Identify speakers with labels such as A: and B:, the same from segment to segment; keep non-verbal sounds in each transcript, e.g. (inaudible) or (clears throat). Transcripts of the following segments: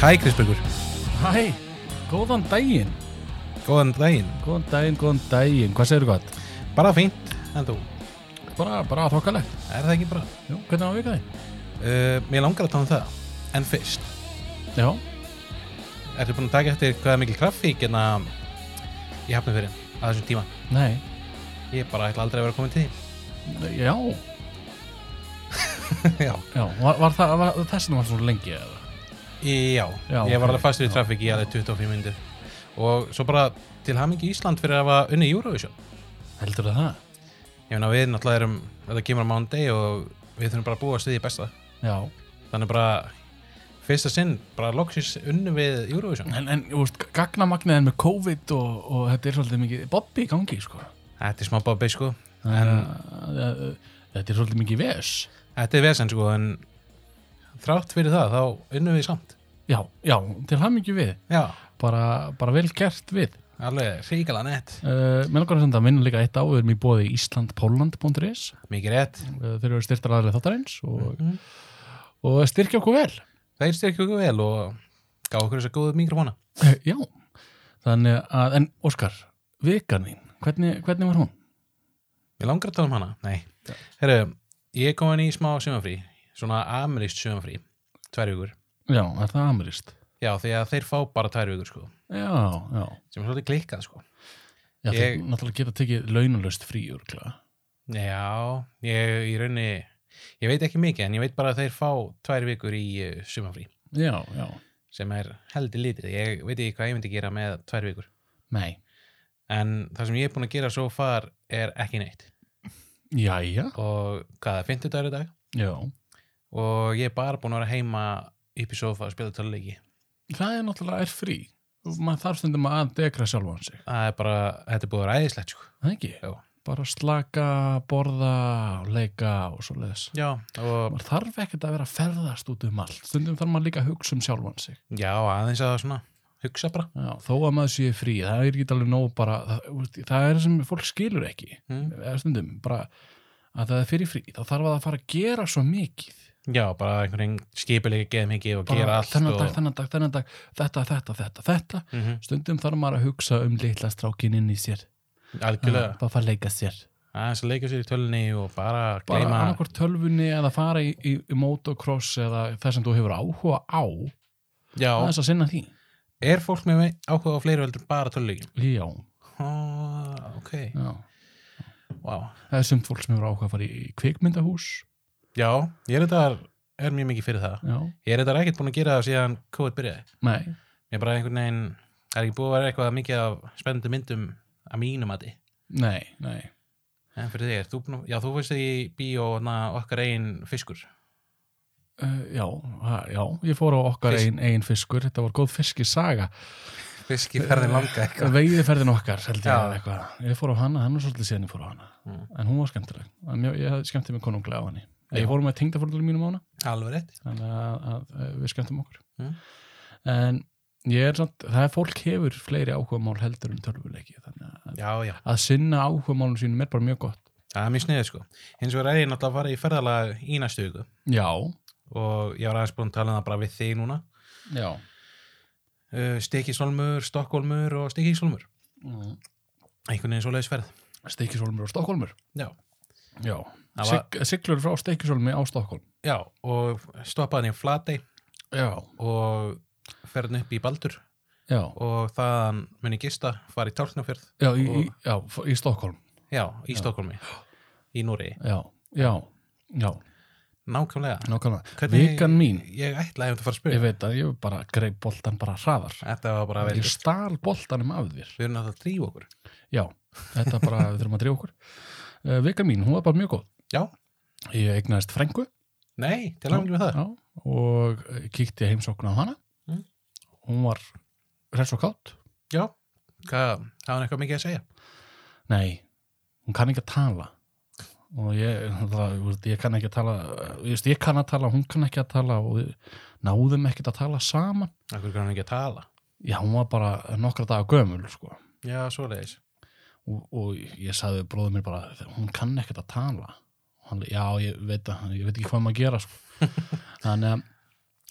A: Hæ Kristbergur,
B: Hæ, góðan daginn
A: góðan daginn
B: Góðan daginn, góðan daginn, hvað segirðu gott?
A: Bara fínt, en þú,
B: Bara, bara þokkalegt
A: er það ekki bara?
B: Jú, hvernig var vikið þig?
A: Uh, mér langar að tala um það, en fyrst
B: Já,
A: Ertu búin að taka eftir hvað er mikil hérna, kraffík en að ég hafna fyrir að þessum tíma
B: nei,
A: Ég bara ætla aldrei að vera komin til
B: já,
A: því Já,
B: (laughs) já Var, var það, var, þessin var svo lengi eða?
A: já,
B: Já,
A: ég
B: ok.
A: var alveg fastur í traffík í aðeins 25 minnir Og svo bara til hamingi Ísland fyrir að hafa unni Eurovision
B: Heldur það?
A: Ég meina við náttúrulega erum, þetta kemur á mándi og við þurfum bara að búa stuði í besta
B: Já,
A: Þannig bara, fyrsta sinn, bara loksins unni við Eurovision
B: en, en þú veist, gagnamagniðin með COVID og, og þetta er svolítið mikið Bobbi í gangi, sko
A: Þetta er smá bobbi sko
B: en, uh, Þetta er svolítið mikið ves
A: Þetta er vesen sko en þrátt fyrir það þá unnum við samt
B: Já, já, til hann mikið við
A: Já,
B: Bara, bara vel gert við
A: alveg ríkala nett
B: uh, Mér langar að senda að minna líka eitt á Við erum í bóði íslandpolland.is
A: Mikið rétt Mhm.
B: Eh, þeir eru styrtar aðrið þáttarins og, og styrkja okkur vel
A: Þeir styrkja okkur vel og gá okkur þess að góðu mikrofóna
B: Eh, já, þannig að en Óskar, vikan þín hvernig, hvernig var hún?
A: Ég langar að tala um hana Nei, herru, ég er komin í smá sumafrí Svona amerist sumafrí Tvær vikur
B: Já, er það amirist?
A: Já, því að þeir fá bara tvær vikur sko
B: Já, já,
A: Sem er svolítið klikkað sko
B: já ég... þeir
A: Ég-
B: náttúrulega geta tekið launulöst frí örgla
A: Já, ég í raunni Ég veit ekki mikið en ég veit bara að þeir fá tvær vikur í eh, sumafrí
B: Já, já,
A: sem er heldur lítið Ég veit ekki hvað ég myndi gera með tvær vikur
B: nei
A: en það sem ég er búin að gera svo far er ekki neitt
B: Jæja,
A: og hvað er 50 dagur í dag
B: já
A: og ég er bara búin að vera heima upp í sofa að spila töluleiki
B: Það er náttúrulega er frí maður þarf stundum að degra sjálfan sig
A: það er bara, þetta er búin að vera æðislegt sko.
B: það ekki,
A: Já.
B: bara slaka, borða leika og svo leðis
A: já, og
B: maður þarf ekkert að vera að ferðast út um allt stundum þarf maður líka að hugsa um sjálfan sig
A: já, aðeins að svona hugsa bara
B: Já, þó að maður sé frí, það er ekki alveg nóg bara, það, þú veist, það er sem fólk skilur ekki
A: mm.
B: eða stundum, bara að það er fyrir frí, þá þarf það að fara að gera svo mikið
A: já, bara einhvern veginn skipuleika geð mikið og
B: bara
A: gera allt
B: þennan
A: og...
B: dag, þennan dag, þennan dag, þetta, þetta, þetta, þetta
A: Mhm,
B: stundum þarf maður að hugsa um litla strákin inn í sér,
A: algjörlega,
B: bara fara að leika sér
A: aðeins að leika sér í tölunni og bara
B: bara
A: gleyma
B: annarkvort tölvunni eða fara í, í, í motocross eða það sem þú hefur áhuga á
A: já,
B: aðeins að sinna því
A: er fólk með vei- áhuga á fleiri veldur en bara töluleikin
B: Já,
A: ah, ok,
B: já.
A: wow
B: það er sumt fólk sem hefur áhuga að fara í kvikmyndahús
A: já, ég er þetta er mjög mikið fyrir það
B: Já,
A: Ég er þetta ekkert búin að gera það síðan COVID byrjaði.
B: nei
A: Ég er bara einhvern veginn, það er ekki búið að vera eitthvað mikið af spennandi myndum að mínum að þið.
B: Nei, nei
A: En fyrir þig, ert þú, búin að- já, þú veist þig í bíó na, okkar einn fiskur.
B: Uh, já, ha, já, ég fór á okkar
A: Fisk.
B: ein, ein fiskur, þetta var góð fiskisaga
A: (laughs) Fiski (laughs) ferðin langa
B: veiðiferðin okkar, held ég
A: Já.
B: eða eitthvað ég fór á hana, hann var svolítið síðan ég fór á hana
A: Mm.
B: en hún var skemmtileg, En mjö, ég hafði skemmtið mig konunglega á henni
A: Já.
B: ég fór með tengdafórlunum mínum á hana
A: Alveg rétt.
B: þannig að, að, að við skemmtum okkur
A: Mm.
B: en ég er samt, það er fólk hefur fleiri áhugamál heldur en tölvuleiki þannig að,
A: Já, já.
B: að sinna áhugamálum sínum er bara mjög gott
A: Það er mjög sniðið sko. Hins vegar er ég náttúrulega að fara í ferðalag í næstu viku
B: já,
A: og ég var aðeins búin að tala um það bara við þig núna.
B: já
A: Uh, Stekisólmur, Stokkólmur og Stekisólmur.
B: mm.
A: Einhvern veginn svo ferð.
B: Steikisólmur og Stokkólmur
A: Já.
B: já,
A: Það var-
B: Sig, siglur frá Steikisólmi á Stokkólm
A: Já, og stoppaðan í Flatey
B: já,
A: og ferðin upp í Baldur.
B: já
A: og þaðan mun ég gista fara í Tálknafjörð,
B: Já, í, í,
A: Og-
B: já, f- í Stokkólm
A: já, í
B: Já.
A: Stokkólmi í Núri,
B: Já, já, já,
A: nákvæmlega
B: nákvæmlega
A: Hvernig-
B: Vikan mín,
A: ég ætlaði að fara að
B: ég
A: spyrja
B: veit að ég bara greip boltan bara hraðar
A: þetta var bara vel
B: Ég stal boltanum af þér
A: við erum náttúrulega að drífa okkur
B: Já, þetta bara, við þurfum að drífa okkur uh, Vikan mín, hún var bara mjög góð
A: Já.
B: Ég eignaðist frængu
A: nei, til langt með það
B: já, og eh, kíkti heimsókn á hana
A: Mm.
B: Hún var hress og kátt
A: já, hvað, hafa hann eitthvað mikið að segja
B: Nei, hún kann ekki að tala og ég, það, þú veist, ég kann ekki að tala ég, veist, ég kann að tala, hún kann ekki að tala og við náðum ekkert að tala saman
A: okkur kannan ekki að tala
B: já, hún var bara nokkra daga gömul sko.
A: já, svoleiðis,
B: og, og ég sagði bróðum mér bara hún kann ekkert að tala Og hann, já, ég veit, að, ég veit ekki hvað maður að gera sko. þannig að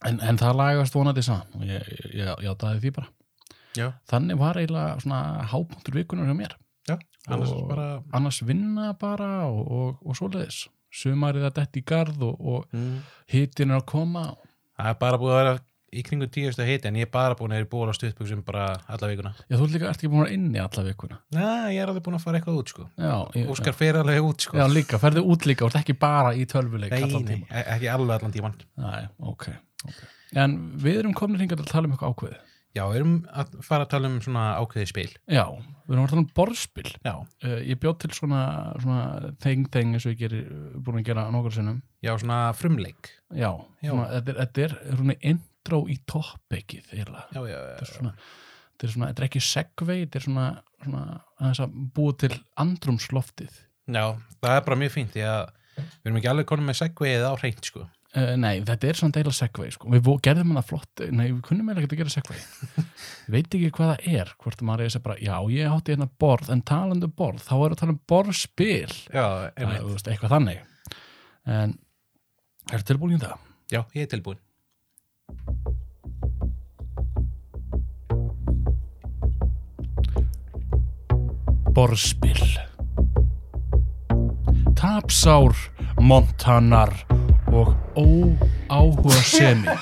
B: en, en það lagast vonandi saman og ég, ég, ég játaði því bara
A: Já.
B: þannig var eiginlega svona hápunktur vikunar hjá mér
A: Já, annars
B: Og-
A: bara
B: annars vinna bara og, og, og svoleiðis sumarið að detti í garð og, og hitin er að koma
A: Það er bara búið að vera í kringu tíustu heiti en ég er bara búin að vera í bóla stuðbuksum bara alla vikuna.
B: Já, þú ert líka ert ekki búin að vera inni alla vikuna
A: Næ, ég er alveg búin að fara eitthvað út sko.
B: Já, ég,
A: Óskar fer alveg út sko.
B: já líka, ferðu út líka, ert ekki bara í tölvuleik
A: nei,
B: allan
A: nei,
B: tíma
A: e- ekki alveg allan tíman.
B: Nei, ok, ok En við erum komin hingað til að tala um eitthvað ákveðið
A: Já, við erum að fara að tala um svona ákveðið spil.
B: Já, við erum að tala um borðspil
A: Já,
B: uh, Ég bjóð til svona, svona þeng þeng eins og ég gerir, búin að gera nokkur sinnum
A: já, svona frumleik.
B: Já,
A: Já.
B: Svona, þetta er, þetta er svona intro í toppekið eiginlega.
A: Já, já,
B: Þetta
A: já.
B: er svona, þetta er svona, þetta er ekki segvei þetta er svona, svona aðeins að búa til andrumsloftið
A: Já, það er bara mjög fínt því að við erum ekki alveg konum með segveið á hreint sko.
B: Uh, nei, þetta er samt eiginlega segvei sko. við vo- gerðum hana flott, nei við kunnum eiginlega ekki að gera segvei veit ekki hvað það er hvort maður er þess að bara, já ég átti hérna borð en talandi um borð, þá er að tala um borðspil
A: Já,
B: það,
A: einmitt.
B: þú veist, eitthvað þannig en er tilbúin í það?
A: Já, ég er tilbúin.
B: Borðspil Tapsár, montanar og óáhuga semi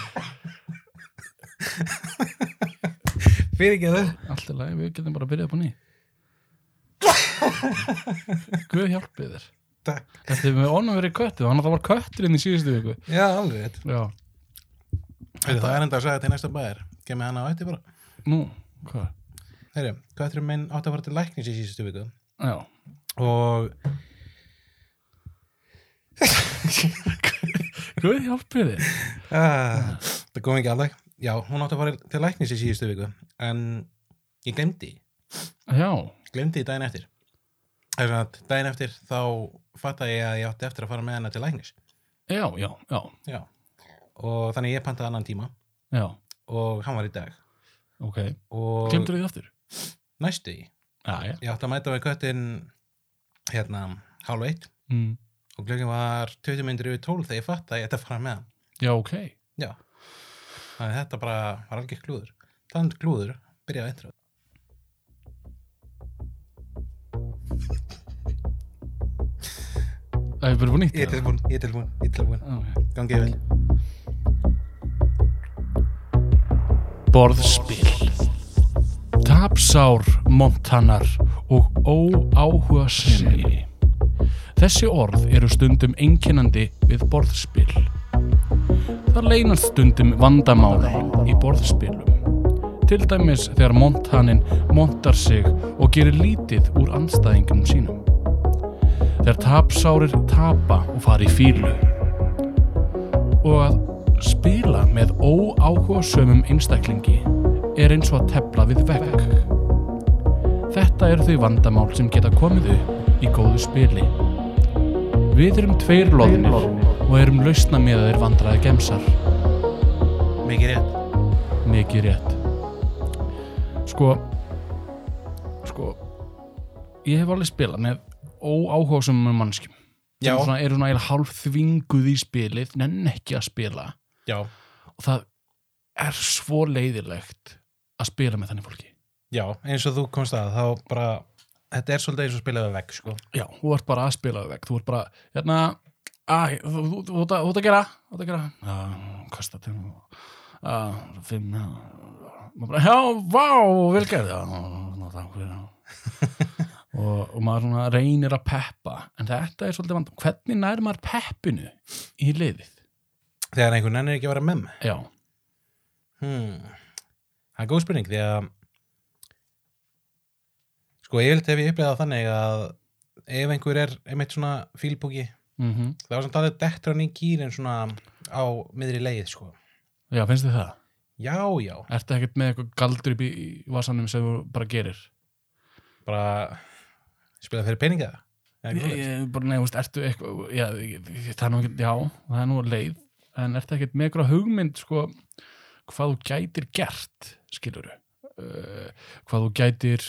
A: Fyrir ekki þau?
B: Allt í lagi, við getum bara að byrja upp á ný Guð hjálpið þér
A: Takk.
B: Þetta er með onum verið köttið, þannig að það var kötturinn í síðustu viku
A: Já, alveg. rétt.
B: Já,
A: Heyrðu, Það er enda að segja þetta í næsta bæðir. Kemið hana á eftir bara.
B: nú, hvað?
A: Herri, Katrin minn átti að fara til læknis í síðustu viku
B: Já,
A: og
B: Guð hjálpið þér
A: uh, það kom ekki alveg já, hún átti að fara til læknis í síðustu viku en ég glemdi
B: Já,
A: glemdi daginn eftir þess að daginn eftir þá fattaði ég að ég átti eftir að fara með hana til læknis
B: já, já, já,
A: já. og þannig ég pantaði annan tíma
B: já,
A: og hann var í dag
B: ok
A: og
B: Glemdur því aftur?
A: næstu í
B: Já, já
A: ég átti að mæta við köttin hérna hálf eitt
B: mm.
A: og glöggin var 20 myndir yfir 12 þegar ég fattaði að ég ætti að fara með hann
B: Já, ok
A: Já, þannig að þetta bara var algjör klúður. Þannig klúður byrjaði að intro.
B: Það hefur verið búin nýtt
A: Ég er
B: eða?
A: tilbúin, ég er tilbúin, ég er tilbúin.
B: Ok.
A: Gangið vel.
B: Borðspil Tapsár, montanar og óáhuga sinni Þessi orð eru stundum einkennandi við borðspil Það leynast stundum vandamálum í borðspilum Til dæmis þegar montanin montar sig og gerir lítið úr anstæðingum sínum Þegar tapsárir tapa og fari í fílu og að spila með óáhuga sömum einstaklingi er eins og að tepla við vekk. Þetta eru þau vandamál sem geta komið upp í góðu spili. Við erum tveir loðnir og erum lausna með að þeir vandræði gemsar.
A: Mikið rétt.
B: Mikið rétt. Sko, sko, ég hef alveg spilað með óáhuga sömum mannskjum.
A: Já.
B: Svona, eru svona eiginlega hálf þvinguð í spilið, nenn ekki að spila
A: Já,
B: og það er svo leiðilegt að spila með þannig fólki
A: já, eins og þú komst að þá bara, þetta er svolítið eins og spilaði vekk, sko.
B: já, þú ert bara að spila þau vekk þú ert bara, hérna að, þú, þú, þú, þú, ert að- þú ert að gera, þú ert að gera já, kasta til að, fimm já, maður bara, já, vá, vel gerð já, ná, takk fyrir já. (laughs) og, og maður svona reynir að peppa en þetta er svolítið vandum hvernig nær maður peppinu í liðið
A: Þegar einhvern ennir ekki að vera mem.
B: já,
A: Hmm. Það er góð spurning því að, sko, ég vildi ef ég upplega þannig að ef einhver er einmitt svona fílbúki,
B: mm
A: það var samt alveg dettur hann í gýrin svona á miðri leið, sko.
B: já, finnst þið það?
A: Já, já,
B: Ertu ekkert með eitthvað galdur upp í í vasanum sem þú bara gerir?
A: bara spila fyrir peninga Eða
B: Ég,
A: eitthvað svoleiðis?
B: ég, bara, nei, þú veist, ertu eitthvað, já, ég- ég- það er nú ekkert, já, það er nú leið, en ertu ekkert með eitthvað hugmynd, sko, hvað þú gætir gert, skilur uh, hvað þú gætir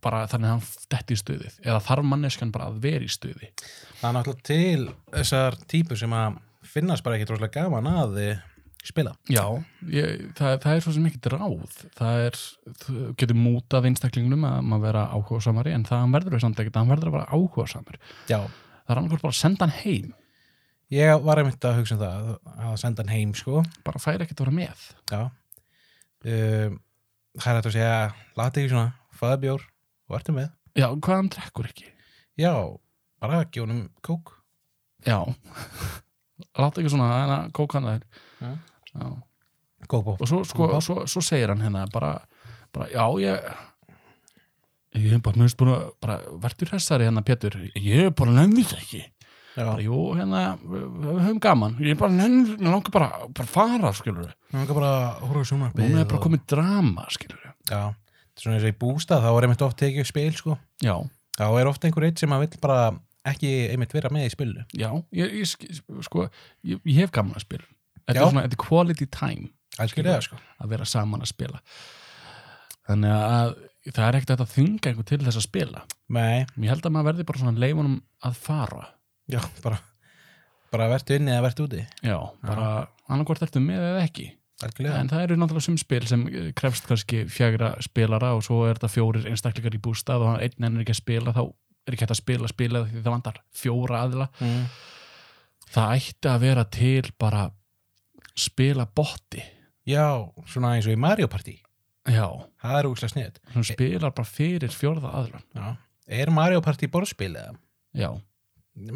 B: bara þannig að hann detti í stuðið, eða þarf manneskan bara að vera í stuði.
A: það er náttúrulega til þessar típur sem að finnast bara ekki droslega gaman að spila
B: Já, ég, það, það er svo sem ekki ráð. Það er, þú getur mútað einstaklingnum að maður vera áhugasamari en það hann verður við samt ekkert, hann verður að vera áhugasamur.
A: Já,
B: Það er annarkvort bara að senda hann heim,
A: ég var einmitt að hugsa um það að senda hann heim sko
B: bara fær ekkert að vera með.
A: Já um, Það er hægt að segja lati ekki svona, faða bjór og ertu með
B: Já, hvað hann drekkur ekki?
A: Já, bara að gjónum kók
B: Já, láta ekki svona hérna, en að kóka hann þær.
A: Já.
B: Já.
A: Kókbóf
B: Og svo, sko, svo, svo segir hann hérna bara, bara já, ég... Ég hef bara, mér finnst búin að, bara, verður þessari hérna, Pétur, ég hef bara nefnir það ekki. bara,
A: Já,
B: jú, hérna, við við höfum gaman ég bara, nenn, langar bara, bara að fara skilur við,
A: hann kan bara að horfa á sjónarpið
B: núna er bara komið drama skilur við,
A: Já, þetta er svona eins og í bústað þá er einmitt oft tekið upp spil sko
B: já,
A: þá er ofta einhver eitt sem að vill bara ekki einmitt vera með í spilu
B: já ég, ég, sk- sko, ég, ég hef gaman að spila þetta
A: Já.
B: er svona, þetta er quality time
A: Algjörlega sko
B: að vera saman að spila þannig að það er ekkert hægt að þunga einhver til þess að spila
A: Nei,
B: ég held að maður verði bara svona leifunum að fara
A: já, bara bara vertu inni eða vertu úti
B: já, bara annarkvort ertu með eða ekki
A: Algjörlega,
B: En það eru náttúrulega sum spil sem eh, krefst kannski fjagra spilara og svo er þetta fjórir einstaklingar í bústað og hann einn enn er ekki að spila þá er ekki hægt að spila spila því það vantar fjóra aðila.
A: mm.
B: Það ætti að vera til bara spila botti.
A: já, svona eins og í Mario Party
B: Já,
A: það er úkslega sniðt
B: sem spilar bara fyrir fjórða aðila.
A: Er Mario Party borðspil eða?
B: Já,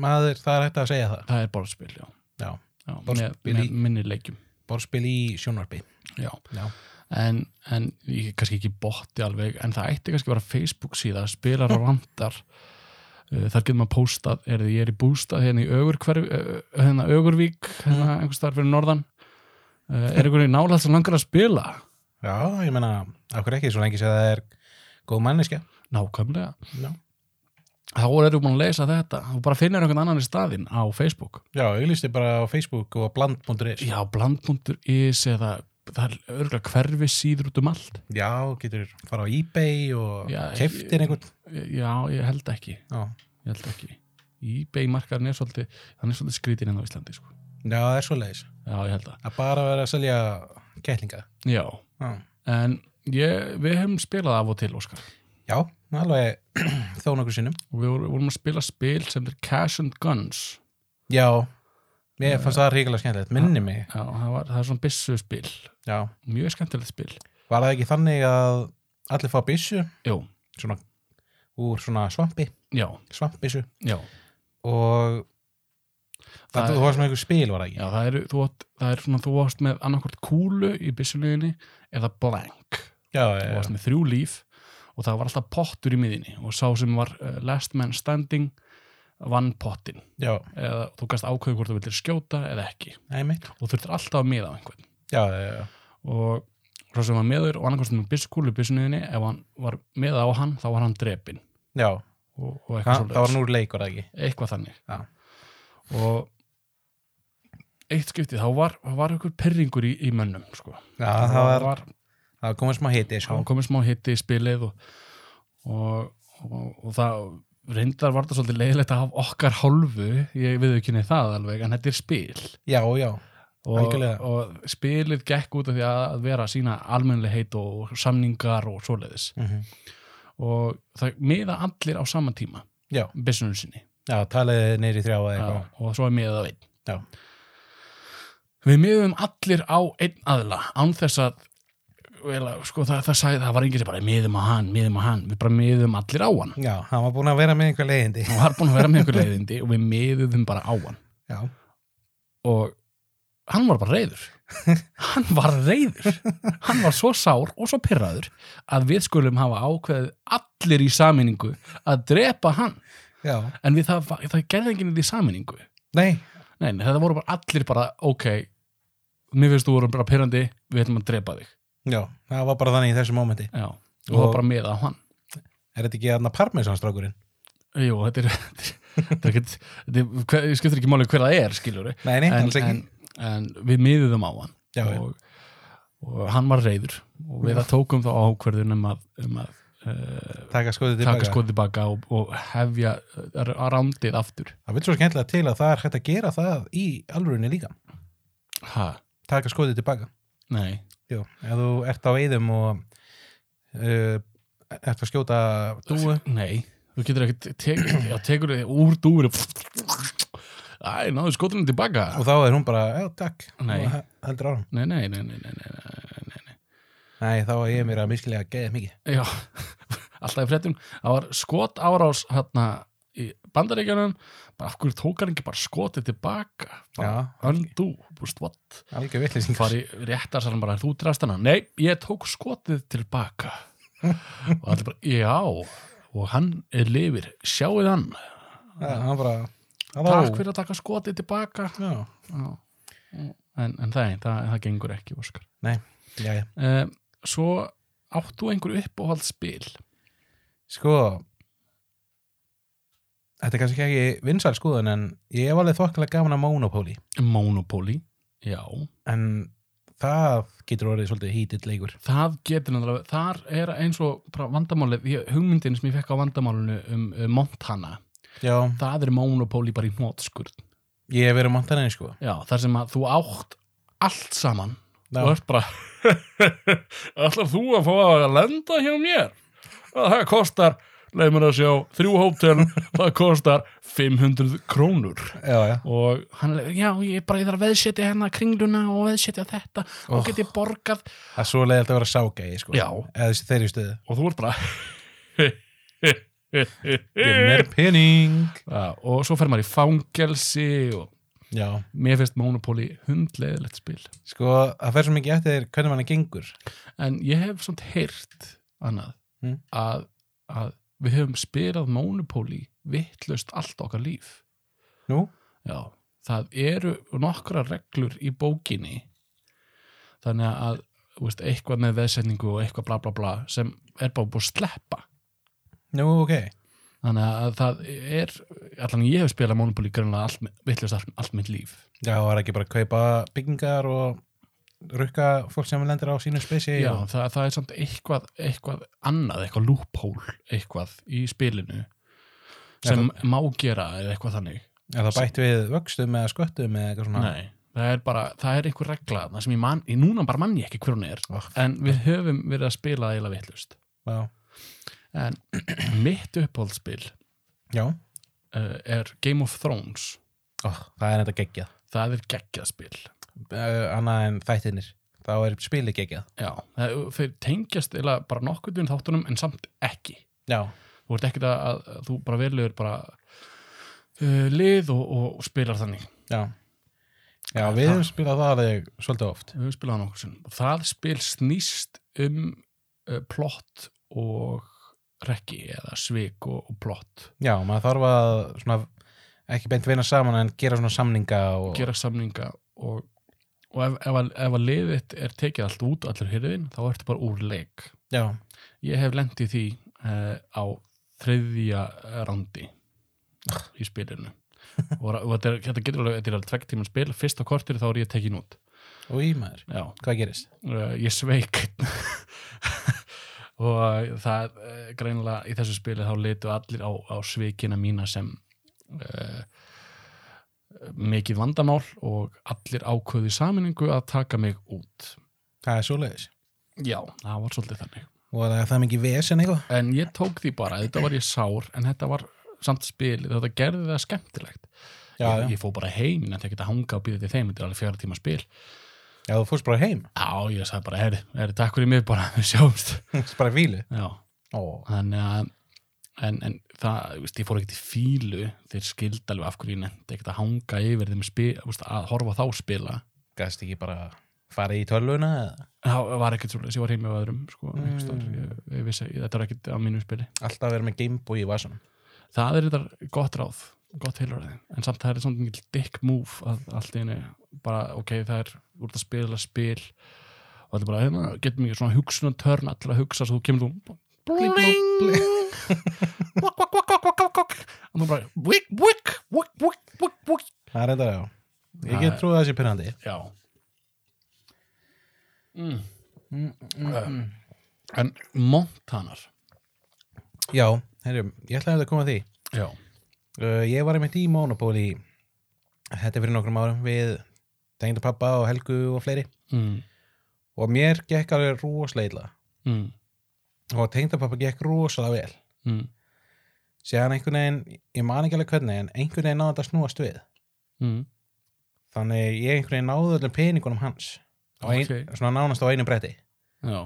A: Maður, það er hægt að segja það
B: það er borðspil, já.
A: Já,
B: já með,
A: Borðspil í-
B: með minni leikjum.
A: borðspil í sjónvarpi
B: Já.
A: Já,
B: En, en ég kannski ekki botti alveg, en það ætti kannski að vera Facebook síða, spilar
A: (laughs)
B: og vantar Uh, þar getur maður póstað, er því ég er í bústað hérna í ögur hérna ögurvík,
A: Mm.
B: hérna einhvers þar fyrir norðan uh, er einhverju nálægt sem langar að spila
A: já ég meina, af hverju ekki svo lengi sem það er góð manneskja
B: nákvæmlega,
A: Já,
B: þá erum við búin að leysa þetta og bara finnir einhvern annan í staðinn á Facebook
A: já ég listi bara á Facebook og á bland.is
B: já, bland.is eða það er örgulega hverfi síður út um allt
A: Já, getur fara á Ebay og
B: Já,
A: keftir einhvern
B: já, ég held ekki,
A: Já,
B: ég held ekki eBay markarinn er svolítið hann er svolítið skrítinn enn á Íslandi sko.
A: já það er svo leiðis
B: já, ég held það
A: að bara vera að selja kettlinga
B: Já,
A: Já,
B: en ég, við hefum spilað af og til, Óskar.
A: já alveg (clears throat) þó nokkur sinnum
B: Og við vorum- vorum að spila spil sem er Cash and Guns.
A: Já, ég fannst það ríkilega skemmtilegt minni mig,
B: Já, það, var, það er svona byssu spil.
A: já
B: Mjög skemmtilegt spil.
A: Var það ekki þannig að allir fá byssu
B: Jú,
A: svona, úr svona svampi
B: já,
A: svampbyssu
B: já.
A: og
B: Það-
A: það, þú varst með einhver spil var það ekki
B: Já, það er, þú, átt, það er svona, þú varst með annarkvort kúlu í byssuleginni eða blank.
A: Já,
B: Þú
A: já,
B: varst með þrjú líf og það var alltaf pottur í miðinni og sá sem var uh, last man standing vann pottin.
A: já,
B: Eða þú gæst ákveðu hvort þú vildir skjóta eða ekki.
A: einmitt
B: Og þú þurftir alltaf að miða á einhvern.
A: Já, já, já,
B: og svo sem var meður og annarkvæmst með byssukúlu í byssuninni ef hann var með á hann þá var hann drepin
A: já.
B: og, og
A: Ha,
B: eitthvað
A: það var
B: svoleiðis.
A: núr leik var það ekki
B: eitthvað þannig
A: Já.
B: og eitt skipti þá var, var einhver perringur í, í mönnum sko.
A: Já, það var,
B: var,
A: það var komið smá hiti
B: það
A: sko.
B: var komið smá hitti í spilið og, og, og, og það reyndar var það svolítið leiðilegt að hafa okkar hálfu ég við ekki neð það alveg en þetta er spil
A: Já, já,
B: og,
A: Algjörlega.
B: og spilið gekk út af því að vera sína almennlega heit og samningar og svoleiðis
A: mm
B: og það miða allir á sama tíma
A: já,
B: byssunum sinni
A: já, talaði niður í þrjá eða
B: já,
A: eitthvað
B: og svo er miðað á einn
A: Já.
B: við miðum allir á einn aðla án þess að vel, að, sko, það, það, sagði, það var enginn sem bara miðum á hann, miðum á hann við bara miðum allir á hann
A: Já, hann var búin að vera með einhver leiðindi
B: hann var búin að vera með ykkur leiðindi og við miðum bara á hann
A: Já,
B: og hann var
A: (laughs)
B: bara reyður hann var reyður hann var svo sár og svo pyrraður að við skulum hafa ákveðið allir í saminningu að drepa hann
A: já
B: en við það, það gerði enginn í því saminningu
A: Nei,
B: nei, nei, þetta voru bara allir bara ok, mér finnst þú voru bara pyrrandi við ætlum að drepa þig
A: já, það var bara þannig í þessu mómenti
B: Já, og,
A: Og-
B: það var bara með á hann
A: Er þetta ekki aðna parmesanstrákurinn?
B: Jú, þetta er, (laughs) þetta er, ekkert- þetta er hver, ég skiptir ekki máli hver það er, skiljur
A: Nei, nei,
B: en,
A: alls ekki
B: en, en við miðuðum á hann
A: Já, já.
B: og, og hann var reyður og við það tókum þá ákverðun um að, um að uh,
A: Taka skoðið
B: taka
A: tilbaka
B: skoðið tilbaka og, og hefja uh, rándið aftur
A: Það vil svo skemmtilega til að það er hægt að gera það í alvörunni líka
B: ha,
A: taka skotið tilbaka
B: Nei,
A: Jú, ef þú ert á veiðum og uh, ert að skjóta dúu
B: nei Þú getur ekkert tekur, já, tekur þig úr dúri Æ, náðu skotinu tilbaka
A: og þá er hún bara, já, takk
B: Nei.
A: og he- heldur árum
B: Nei, nei, nei, nei, nei, nei, nei, nei, nei.
A: Nei, þá er ég mér að miskilega geða mikið
B: Já, (laughs) alltaf í fréttum Það var skot árás hérna í bandaríkjunum bara af hverju tókar ekki bara skotið tilbaka bara
A: Já.
B: undo, búst, what
A: algjör vitleysing
B: fari réttarsalum bara, þú drast hana nei, ég tók skotið tilbaka og allir bara, já og hann er lifir, sjáuð hann
A: hann bara, halló
B: takk fyrir að taka skotið tilbaka
A: já,
B: já. en, en það, það, það gengur ekki, Óskar
A: já, já.
B: uh, svo áttu einhver uppáhaldsspil
A: sko þetta er kannski ekki vinsæl skoðun en ég hef alveg þokkilega gaman að Monopoly
B: Monopoly, já
A: en það getur orðið svolítið hítill leikur
B: það getur náttúrulega, þar er eins og bara vandamálið, ég- hugmyndin sem ég fekk á vandamálinu um, um Montana
A: já,
B: það er Monopoly bara í nótskur
A: ég hef verið montaninn sko
B: Já, þar sem að þú átt allt saman
A: Já.
B: og ert bara (laughs) ætlar þú að fá að lenda hjá mér? Það kostar leið mér að sjá, þrjú hótel (laughs) það kostar 500 krónur
A: já, já,
B: og hann er, já, ég bara ég þarf að veðsetja hérna kringluna og veðsetja þetta
A: Oh.
B: og get ég borgað
A: það er svo leiðilegt að vera ságæði sko
B: Já.
A: eða þessi þeirri stöðu
B: og þú ert (laughs) bara
A: Ég er meir pening
B: Já, og svo fer maður í fangelsi og
A: Já,
B: mér finnst Monopoly hundleiðilegt spil
A: sko, það fer svo mikið eftir hvernig mann gengur
B: en ég hef svona heyrt annað
A: Mm.
B: að, að við hefum spilað Monopoly vittlust allt okkar líf
A: Nú?
B: já, það eru nokkra reglur í bókinni þannig að þú veist, eitthvað með veðsetningu og eitthvað bla bla bla sem er bara búið að sleppa
A: Nú, ok
B: þannig að það er allan ég hef spilað Monopoly grunlega allt, vittlust allt, allt mitt líf
A: Já, það er ekki bara að kaupa byggingar og rukka fólk sem lendir á sínu spesi
B: Já,
A: og-
B: það, það er samt eitthvað, eitthvað annað, eitthvað loophole eitthvað í spilinu sem má gera eða eitthvað þannig
A: Er það bætt við vöxtum eða sköttum eða eitthvað svona
B: Nei, það er bara, það er einhver regla þarna sem ég man, ég núna bara mann ég ekki hver hún er
A: oh,
B: en við höfum verið að spila það eiginlega vittlust
A: já.
B: en mitt uppáhaldsspil
A: já,
B: uh, er Game of Thrones
A: Ó, Oh, það er þetta geggjað
B: það er geggjað spil
A: uh, Annað en þættinir, þá er spilið geggjað
B: Já, það, þeir tengjast eiginlega bara nokkuð dvín þáttunum en samt ekki
A: Já,
B: þú ert ekkert að, að þú bara velur bara uh, lið og, og spilar þannig
A: já Já, við höfum spilað það alveg svolítið oft
B: við höfum spilað hann okkur sinnum og það spil snýst um uh, plott og rekki eða svik og, og plott
A: Já, maður þarf að svona, ekki beint vinna saman en gera svona samninga og...
B: gera samninga og, og ef, ef, að- ef að liðið er tekið allt út allir hyrðin þá ertu bara úr leik
A: Já,
B: ég hef lendið því uh, á þriðja randi í spilinu og, og þetta, er, þetta getur alveg, þetta er alveg tvekk tíma spil fyrsta kortir þá er ég tekin út
A: og í maður
B: já,
A: Hvað gerist?
B: uh, ég sveik (laughs) og það uh, greinilega í þessu spili þá litu allir á, á sveikina mína sem uh, mikið vandamál og allir ákvöðu saminningu að taka mig út
A: Það er svoleiðis
B: já, það var svolítið þannig
A: Og það er það mikið vesen eitthvað
B: en ég tók því bara, þetta var ég sár en þetta var samt spil, þetta gerði það skemmtilegt
A: Já,
B: ég,
A: já.
B: ég fó bara heim, en þetta ekki að hanga og býða til þeim, þetta er alveg fjöra tíma spil
A: Já, þú fórst bara heim,
B: já, ég sagði bara, herri, herri, takk fyrir mig bara, við sjáumst
A: (laughs) bara fílu
B: já,
A: Ó,
B: þannig að en, en það, þú veist, ég fór ekkert í fílu þeir skildi alveg af hverju ég nefndi ekkert að hanga yfir þeim spil, þú veist, að horfa á þá spila
A: gæst ekki bara farið í tölvuna eða?
B: það var ekkert svolítið, ég var heim með öðrum sko,
A: Mm.
B: mm. ég, ég vissi, ég, þetta er ekkert á mínu spili
A: alltaf verið með Gameboy í vasanum
B: það er þetta gott ráð, gott heilurði en samt það er svona mikil dick move að allt í einu, bara, ok, það er úr það spila spil og þetta er bara, hérna, getur mikið svona hugsunatörn allir að hugsa, svo þú kemur þú bling, (laughs) bling Vokk, vokk, vokk, vokk, vokk, vokk og þú bara, vik, vik, vik, vik, vik, vik
A: Það er þetta, já Ég
B: Það-
A: get trúið að þessi pyrrandi
B: Já mm.
A: mm,
B: En Montanar
A: Já, herri, ég ætlaði að koma að því
B: Já,
A: uh, Ég var einmitt í Monopoly Þetta er fyrir nokkrum árum Við tengdapappa og Helgu og fleiri
B: mm,
A: og mér gekk alveg rosalega illa
B: mm,
A: og tengdapappa gekk rosalega vel
B: mm,
A: síðan einhvern veginn, ég man ekki alveg hvernig en einhvern veginn náði þetta að snúast við
B: mm.
A: þannig ég einhvern veginn náði öllum peningunum hans Á ein,
B: Ókei.
A: svona nánast á einu bretti
B: Já.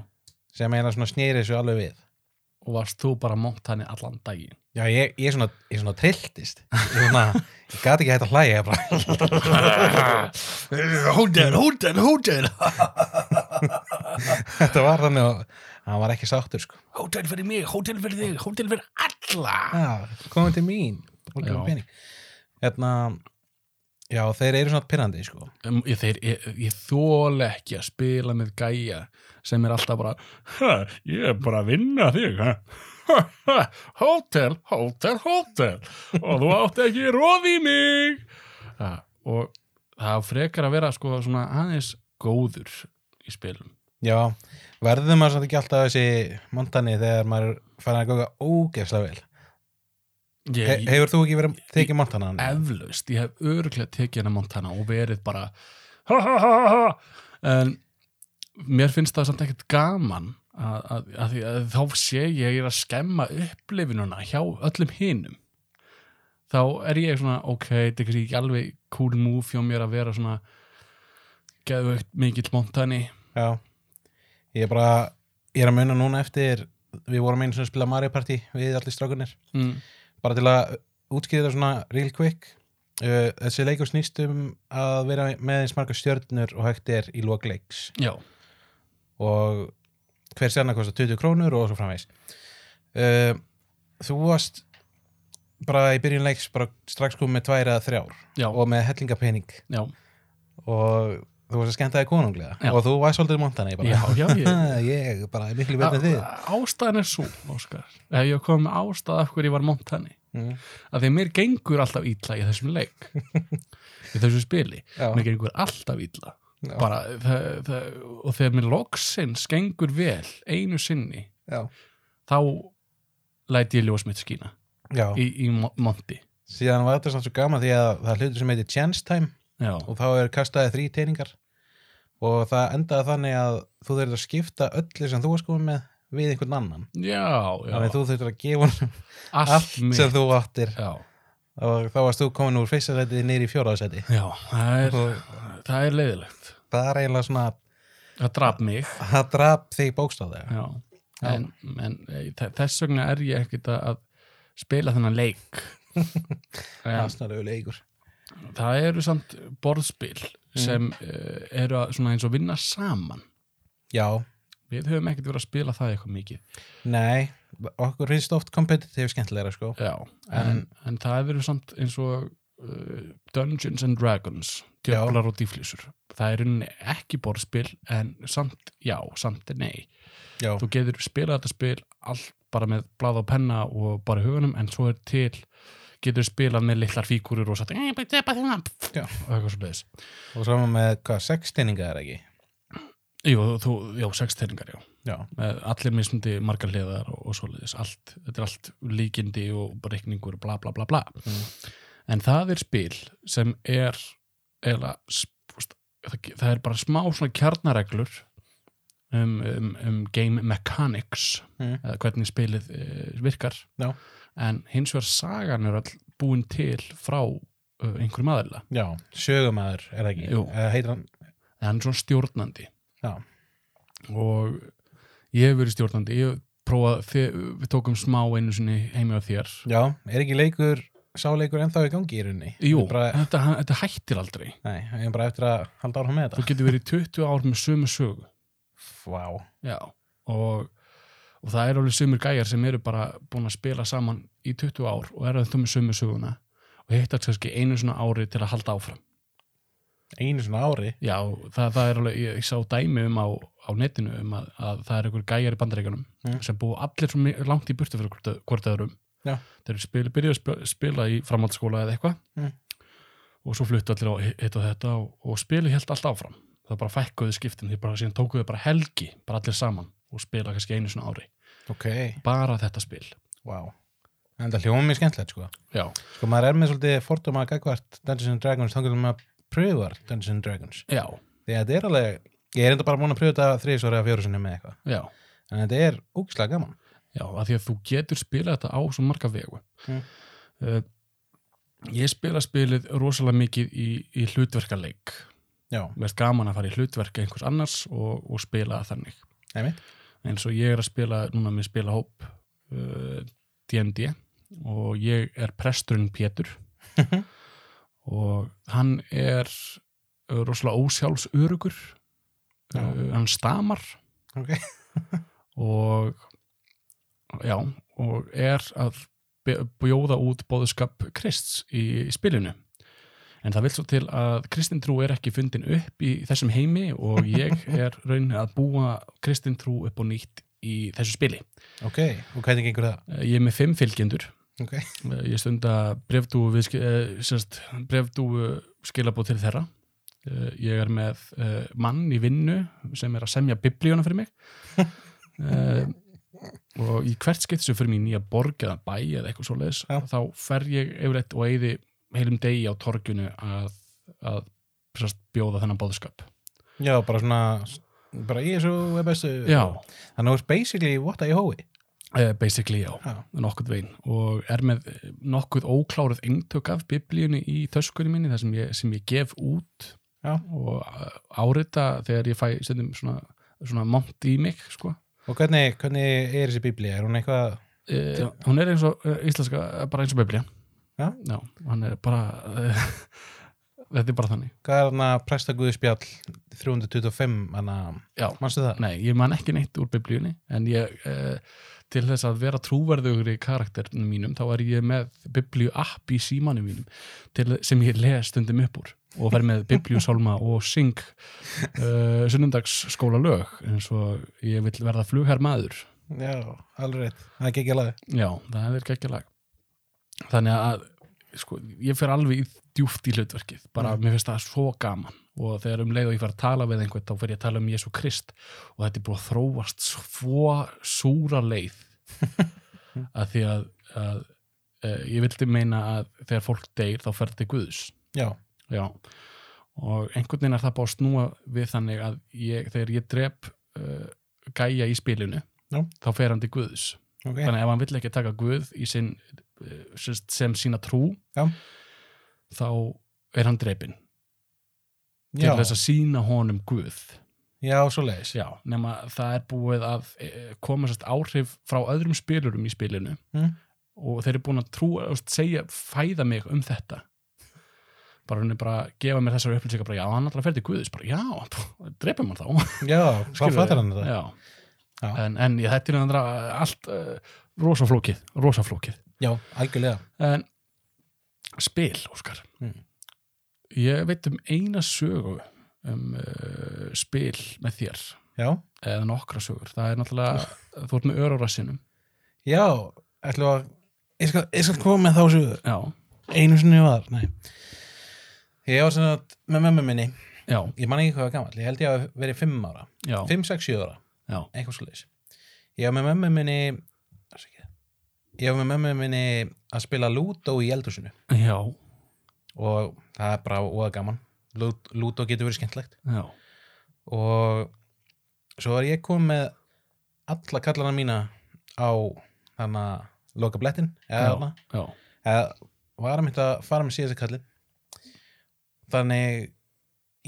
A: sem eiginlega svona snýri þessu alveg við
B: og varst þú bara mótt hann allan daginn
A: já, ég, ég svona, ég svona trilltist ég, svona, ég gat ekki hægt að hlæja ég bara, (laughs)
B: (laughs) Hóten, hóten, hóten
A: þetta var þannig og hann var ekki sáttur sko
B: Hóten fyrir mig, hóten fyrir þig, hóten fyrir alla
A: ah, komum til mín og
B: Já.
A: gefum pening hérna já þeir eru svona pirrandi sko
B: um, ég, þeir, ég, ég þóla ekki að spila með gæja sem er alltaf bara "Ha, ég er bara að vinna þig ha? (laughs) Ha, ha, hótel, hótel, hótel og þú átt ekki róð í mig ha, og það á frekar að vera sko svona aðeins góður í spilum
A: já verður maður svona ekki alltaf þessi montani þegar maður fara að góka ógefslega vel He,
B: ég,
A: hefur þú ekki verið tekið montanan
B: eflaust, ég hef öruglega tekið hennar Montana og verið bara ha ha ha ha ha en mér finnst það samt ekkert gaman að, að, að, því að þá sé ég að ég er að skemma upplifinuna hjá öllum hinum þá er ég svona ok, þetta er kannski ekki alveg cool move hjá mér að vera svona geðvögt mikill Montani
A: já ég er bara ég er að muna núna eftir við vorum einu svona að spila Mario Party við allir strákunir
B: mm.
A: bara til að útskýra þetta svona real quick uh, þessi leikur snýst um að vera með eins marga stjörnur og hægt er í lokleiks
B: já,
A: og hver stjarnar kostar 20 krónur og svo framvegis uh, þú varst bara í byrjun leiks bara strax komið með tvær eða þrjár
B: já,
A: og með hellingapening
B: já,
A: og þú varst að skemmta þig konunglega
B: Já.
A: og þú varst svolítið montana ég
B: já,
A: bara,
B: já ég,
A: (laughs) ég bara er miklu betri en þið
B: ástæðan er svo, Óskar ef ég kom með ástæð af hverju ég var Montani
A: Mm,
B: að því að mér gengur alltaf ítla í þessum
A: (laughs)
B: leik í þessu spili
A: já,
B: mér gengur alltaf ítla
A: Já.
B: bara, það, það, og þegar mér loksins gengur vel einu sinni
A: já,
B: þá læti ég ljós mitt skína
A: já.
B: í, í mo- monti
A: síðan var þetta samt svo gaman því að það er hlutur sem heitir chance time
B: já,
A: og þá er kastaði þrý teiningar og það endaði þannig að þú þurfir að skipta öllu sem þú varst komið með við einhvern annan
B: já,
A: þannig að
B: já.
A: þú þurftir að gefa honum
B: allt
A: allt
B: mitt
A: sem þú áttir
B: já,
A: og þá varst þú komin úr fyrsta seti nýri í fjóraða seti
B: já, það er
A: Og-
B: það er leiðilegt
A: það er eiginlega svona
B: það draf mig
A: það drap þig bókstaflega
B: já.
A: Já.
B: En, en eh, þe- þess vegna er ég ekkert að- að spila þennan leik
A: (laughs) það
B: en,
A: er snarlega leikur
B: það eru samt borðspil sem uh, eru að, svona eins og vinna saman
A: já,
B: við höfum ekkert verið að spila það eitthvað mikið
A: nei, okkur finnst oft kompetitíf skemmtilegra sko
B: já, en, en það eru samt eins og uh, Dungeons and Dragons djöflar og dýflísur það eru ekki borðspil en samt já, samt er nei
A: já,
B: þú getur spilað þetta spil allt bara með blað og penna og bara í huganum en svo er til getur spilað með litlar fígúrur og "Eh, satt og
A: Já.
B: eitthvað svo leiðis
A: og saman með hvað, sex teininga er ekki
B: Jú, þú, já, sex teiningar, já
A: já,
B: með allir mismundi margar hliðar og, og svoleiðis, allt, þetta er allt líkindi og reikningur, bla bla bla bla
A: Mm.
B: en það er spil sem er eða, það, það er bara smá svona kjarnareglur um, um, um game mechanics
A: Mm.
B: eða hvernig spilið uh, virkar
A: Já.
B: en hins vegar sagan er all búin til frá uh, einhverjum aðeila
A: já, sögumæður er það ekki
B: Jú.
A: Eða heitir hann,
B: en hann er svona stjórnandi
A: Já.
B: og ég hef verið stjórnandi ég hef prófað, þi- við tókum smá einu sinni heimi á þér
A: já, er ekki leikur sáleikur ennþá í gangi í runni
B: Jú,
A: bara,
B: þetta, þetta hættir aldrei
A: nei, ég er bara eftir að halda ára með
B: þú
A: þetta
B: getur verið í 20 ár með sömu sögu
A: vá,
B: Já. og, og það er alveg sömur gæjar sem eru bara búin að spila saman í 20 ár og eru þetta með sömu söguna og hittar kannski einu svona ári til að halda áfram
A: einu svona ári
B: Já, það, það er alveg, ég, ég sá dæmi um á, á netinu um að, að það er einhver gæjar í bandaríkanum
A: Mm.
B: sem búið allir svo mi- langt í burtu fyrir hvort, hvort öðrum.
A: Já.
B: Þeir eru spil, byrjuð að spila, spila í framhaldsskóla eða eitthvað
A: Mm.
B: og svo fluttu allir á hitt og þetta og, og spili held allt áfram. Það bara fækkuðu skiptin, því bara síðan tókuðu bara helgi, bara allir saman og spila kannski einu svona ári.
A: ok,
B: Bara þetta spil.
A: vá en það hljóma mér skemmtilegt sko
B: Já.
A: Sko maður er með svolítið fordóma að gagvart Dungeons and Dragons þannig að maður pröfar Dungeons and Dragons
B: já,
A: því að þetta er alveg, ég er enda bara búin að pröfa þetta þriðsvara eða fjórusunni með eitthvað
B: já,
A: en þetta er ógislega gaman
B: já, að því að þú getur spilað þetta á svo marga vegu.
A: Mm.
B: Uh, ég spila spilið rosalega mikið í, í hlutverkaleik.
A: já,
B: Mér er gaman að fara í hlutverk einhvers annars og, og spila það þannig.
A: einmitt
B: eins og ég er að spila núna með spila hóp uh, D&D og ég er presturinn Pétur
A: Mhm.
B: og hann er uh, rosalega ósjálfs örugur
A: Já.
B: uh, hann stamar
A: Ok. (laughs)
B: og já, og er að be- bjóða út bóðskap Krists í, í spilinu En það vil svo til að kristintrú er ekki fundin upp í þessum heimi og ég er raunin að búa kristintrú upp og nýtt í þessu spili.
A: ok, og hvernig gengur það?
B: Eh, Ég er með fimm fylgjendur.
A: ok,
B: Eh, Ég stunda brefdúu, viðski, eh, semst, brefdúu skilabóð til þeirra. Eh, Ég er með eh, mann í vinnu sem er að semja biblíuna
A: (laughs)
B: fyrir mig. Eh, og í hvert skipt sem fyrir mig í nýja borg eða bæ eða eitthvað svoleiðis,
A: Já.
B: þá fer ég yfirleitt og eyði heilum degi á torgjunu að, að semst, bjóða þennan bóðskap.
A: já, bara svona bara ég er svo bestu
B: Já,
A: E. þannig að þú er basically what I hoe
B: eh, basically já.
A: já,
B: nokkuð veginn og er með nokkuð óklárað eintök af biblíunni í töskunni minni þar sem ég, sem ég gef út
A: Já.
B: og uh, árita þegar ég fæ stundum svona, svona mont í mig sko.
A: og hvernig, hvernig er þessi biblía, er hún eitthvað
B: e, hún er eins og eh, íslenska, eh, bara eins og biblía
A: Já.
B: hann er bara (laughs) eh, þetta er bara þannig
A: hvað er hann að presta guðspjall 325, hann að
B: Já.
A: manstu það?
B: Nei, ég man ekki neitt úr biblíunni en ég, eh, til þess að vera trúverðugur í karakternum mínum þá er ég með biblíu app í símanum mínum til, sem ég les stundum upp úr og fer með biblíusálma og syng uh, sunnundagsskóla lög eins og ég vil verða flughermaður
A: já, alveg rétt, það er ekki alveg
B: Já, það er ekki lag Þannig að sko, ég fer alveg í djúft í hlutverkið bara
A: Mm.
B: mér finnst það svo gaman og þegar um leið og ég fer að tala við einhvern þá fer ég að tala um Jésu Krist og þetta er búið að þróast svo súra leið
A: (laughs)
B: að því að, að e, ég vildi meina að þegar fólk deyr þá fer þetta Guðs
A: já,
B: Já, og einhvern veginn er það bara að snúa við þannig að ég, þegar ég drep uh, gæja í spilinu
A: Já.
B: þá fer hann til Guðs
A: ok,
B: þannig að ef hann vill ekki taka Guð í sinn, eh, sem, sem sína trú
A: Já.
B: þá er hann dreipin til
A: já,
B: þess að sína honum Guð
A: já, svoleiðis
B: já, nema það er búið að eh, koma sérst áhrif frá öðrum spilurum í spilinu
A: Mm.
B: og þeir eru búin að trú, að segja fæða mig um þetta bara henni bara gefa mér þessar upplýsingar bara já, hann alltaf fer til Guðs, bara já, dreipum hann þá
A: já,
B: Skilurðu?
A: hvað fattar hann þetta?
B: já.
A: Já.
B: en, en ég, þetta er andra allt uh, rosaflókið, rosaflókið
A: já, algjörlega
B: En spil, Óskar.
A: Mm.
B: Ég veit um eina sögu um uh, spil með þér,
A: já,
B: eða nokkra sögur. Það er náttúrulega, þú ert með örórassinum.
A: já, ætlum að ég skal, ég skal koma með þá sögur
B: Já,
A: einu sinni var, nei ég var sem að, með mömmu minni
B: já,
A: ég man ekki hvað var gamall, ég held ég að verið 5 ára
B: já,
A: 5, 6, 7 ára,
B: já,
A: eitthvað svoleiðis ég var með mömmu minni afsakið. ég var með mömmu minni að spila Ludo í eldhúsinu
B: já,
A: og það er bara óða gaman Lú- Ludo getur verið skemmtlegt
B: já,
A: og svo var ég komið með alla kallana mína á þannig að loka blettin
B: Já.
A: eða, þarna,
B: já,
A: eða var að mynda að fara með síðasta kallin þannig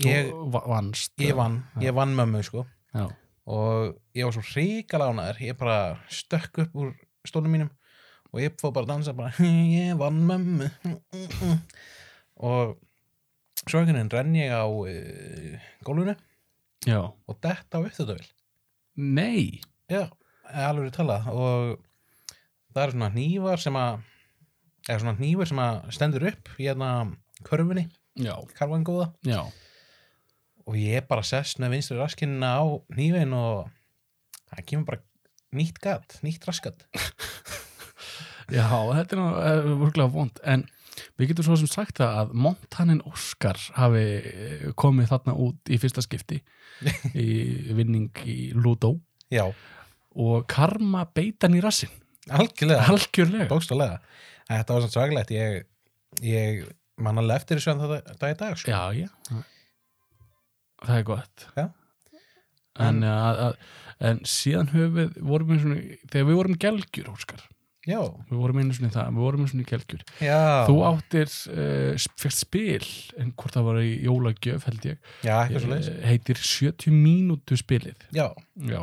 A: ég,
B: Þú va- vannst.
A: ég vann ég vann mömmu sko
B: Já,
A: og ég var svo ríkala ánæður ég bara stökk upp úr stólum mínum og ég fór bara að dansa bara (laughs) ég vann mömmu (laughs) og svo einhvern veginn renn ég á uh, gólfinu
B: já,
A: og detta á uppþjóðavél
B: nei,
A: Já, alveg er talað og það eru svona hnífar sem að eða svona hnífur sem að stendur upp í hérna körfunni,
B: já,
A: karvan góða
B: já,
A: og ég bara sest með vinstri raskinna á hnífin og það kemur bara nýtt gat, nýtt raskat
B: já, þetta er nú vörglega vond, en við getum svo sem sagt það að Montanin Óskar hafi eh, komið þarna út í fyrsta
A: (laughs)
B: skipti í vinning í Ludo
A: Já,
B: og karma beitan í rassin
A: algjörlega,
B: algjörlega
A: bókstálega Þetta var svona svaglegt, ég, ég mann alveg eftir þessu en það dag í dag sko.
B: Já, já. Það er gott.
A: Já.
B: En, eh, að, að, en síðan höfum við, vorum við svona, þegar við vorum gelgjur, Óskar,
A: Já,
B: við vorum einu svona í það, við vorum einu svona í gelgjur.
A: já,
B: Þú áttir, uh, fyrst spil, en hvort það var í jólagjöf, held ég,
A: já, eitthvað svo leiðis
B: eh, heitir 70 mínútu spilið.
A: Já,
B: Já.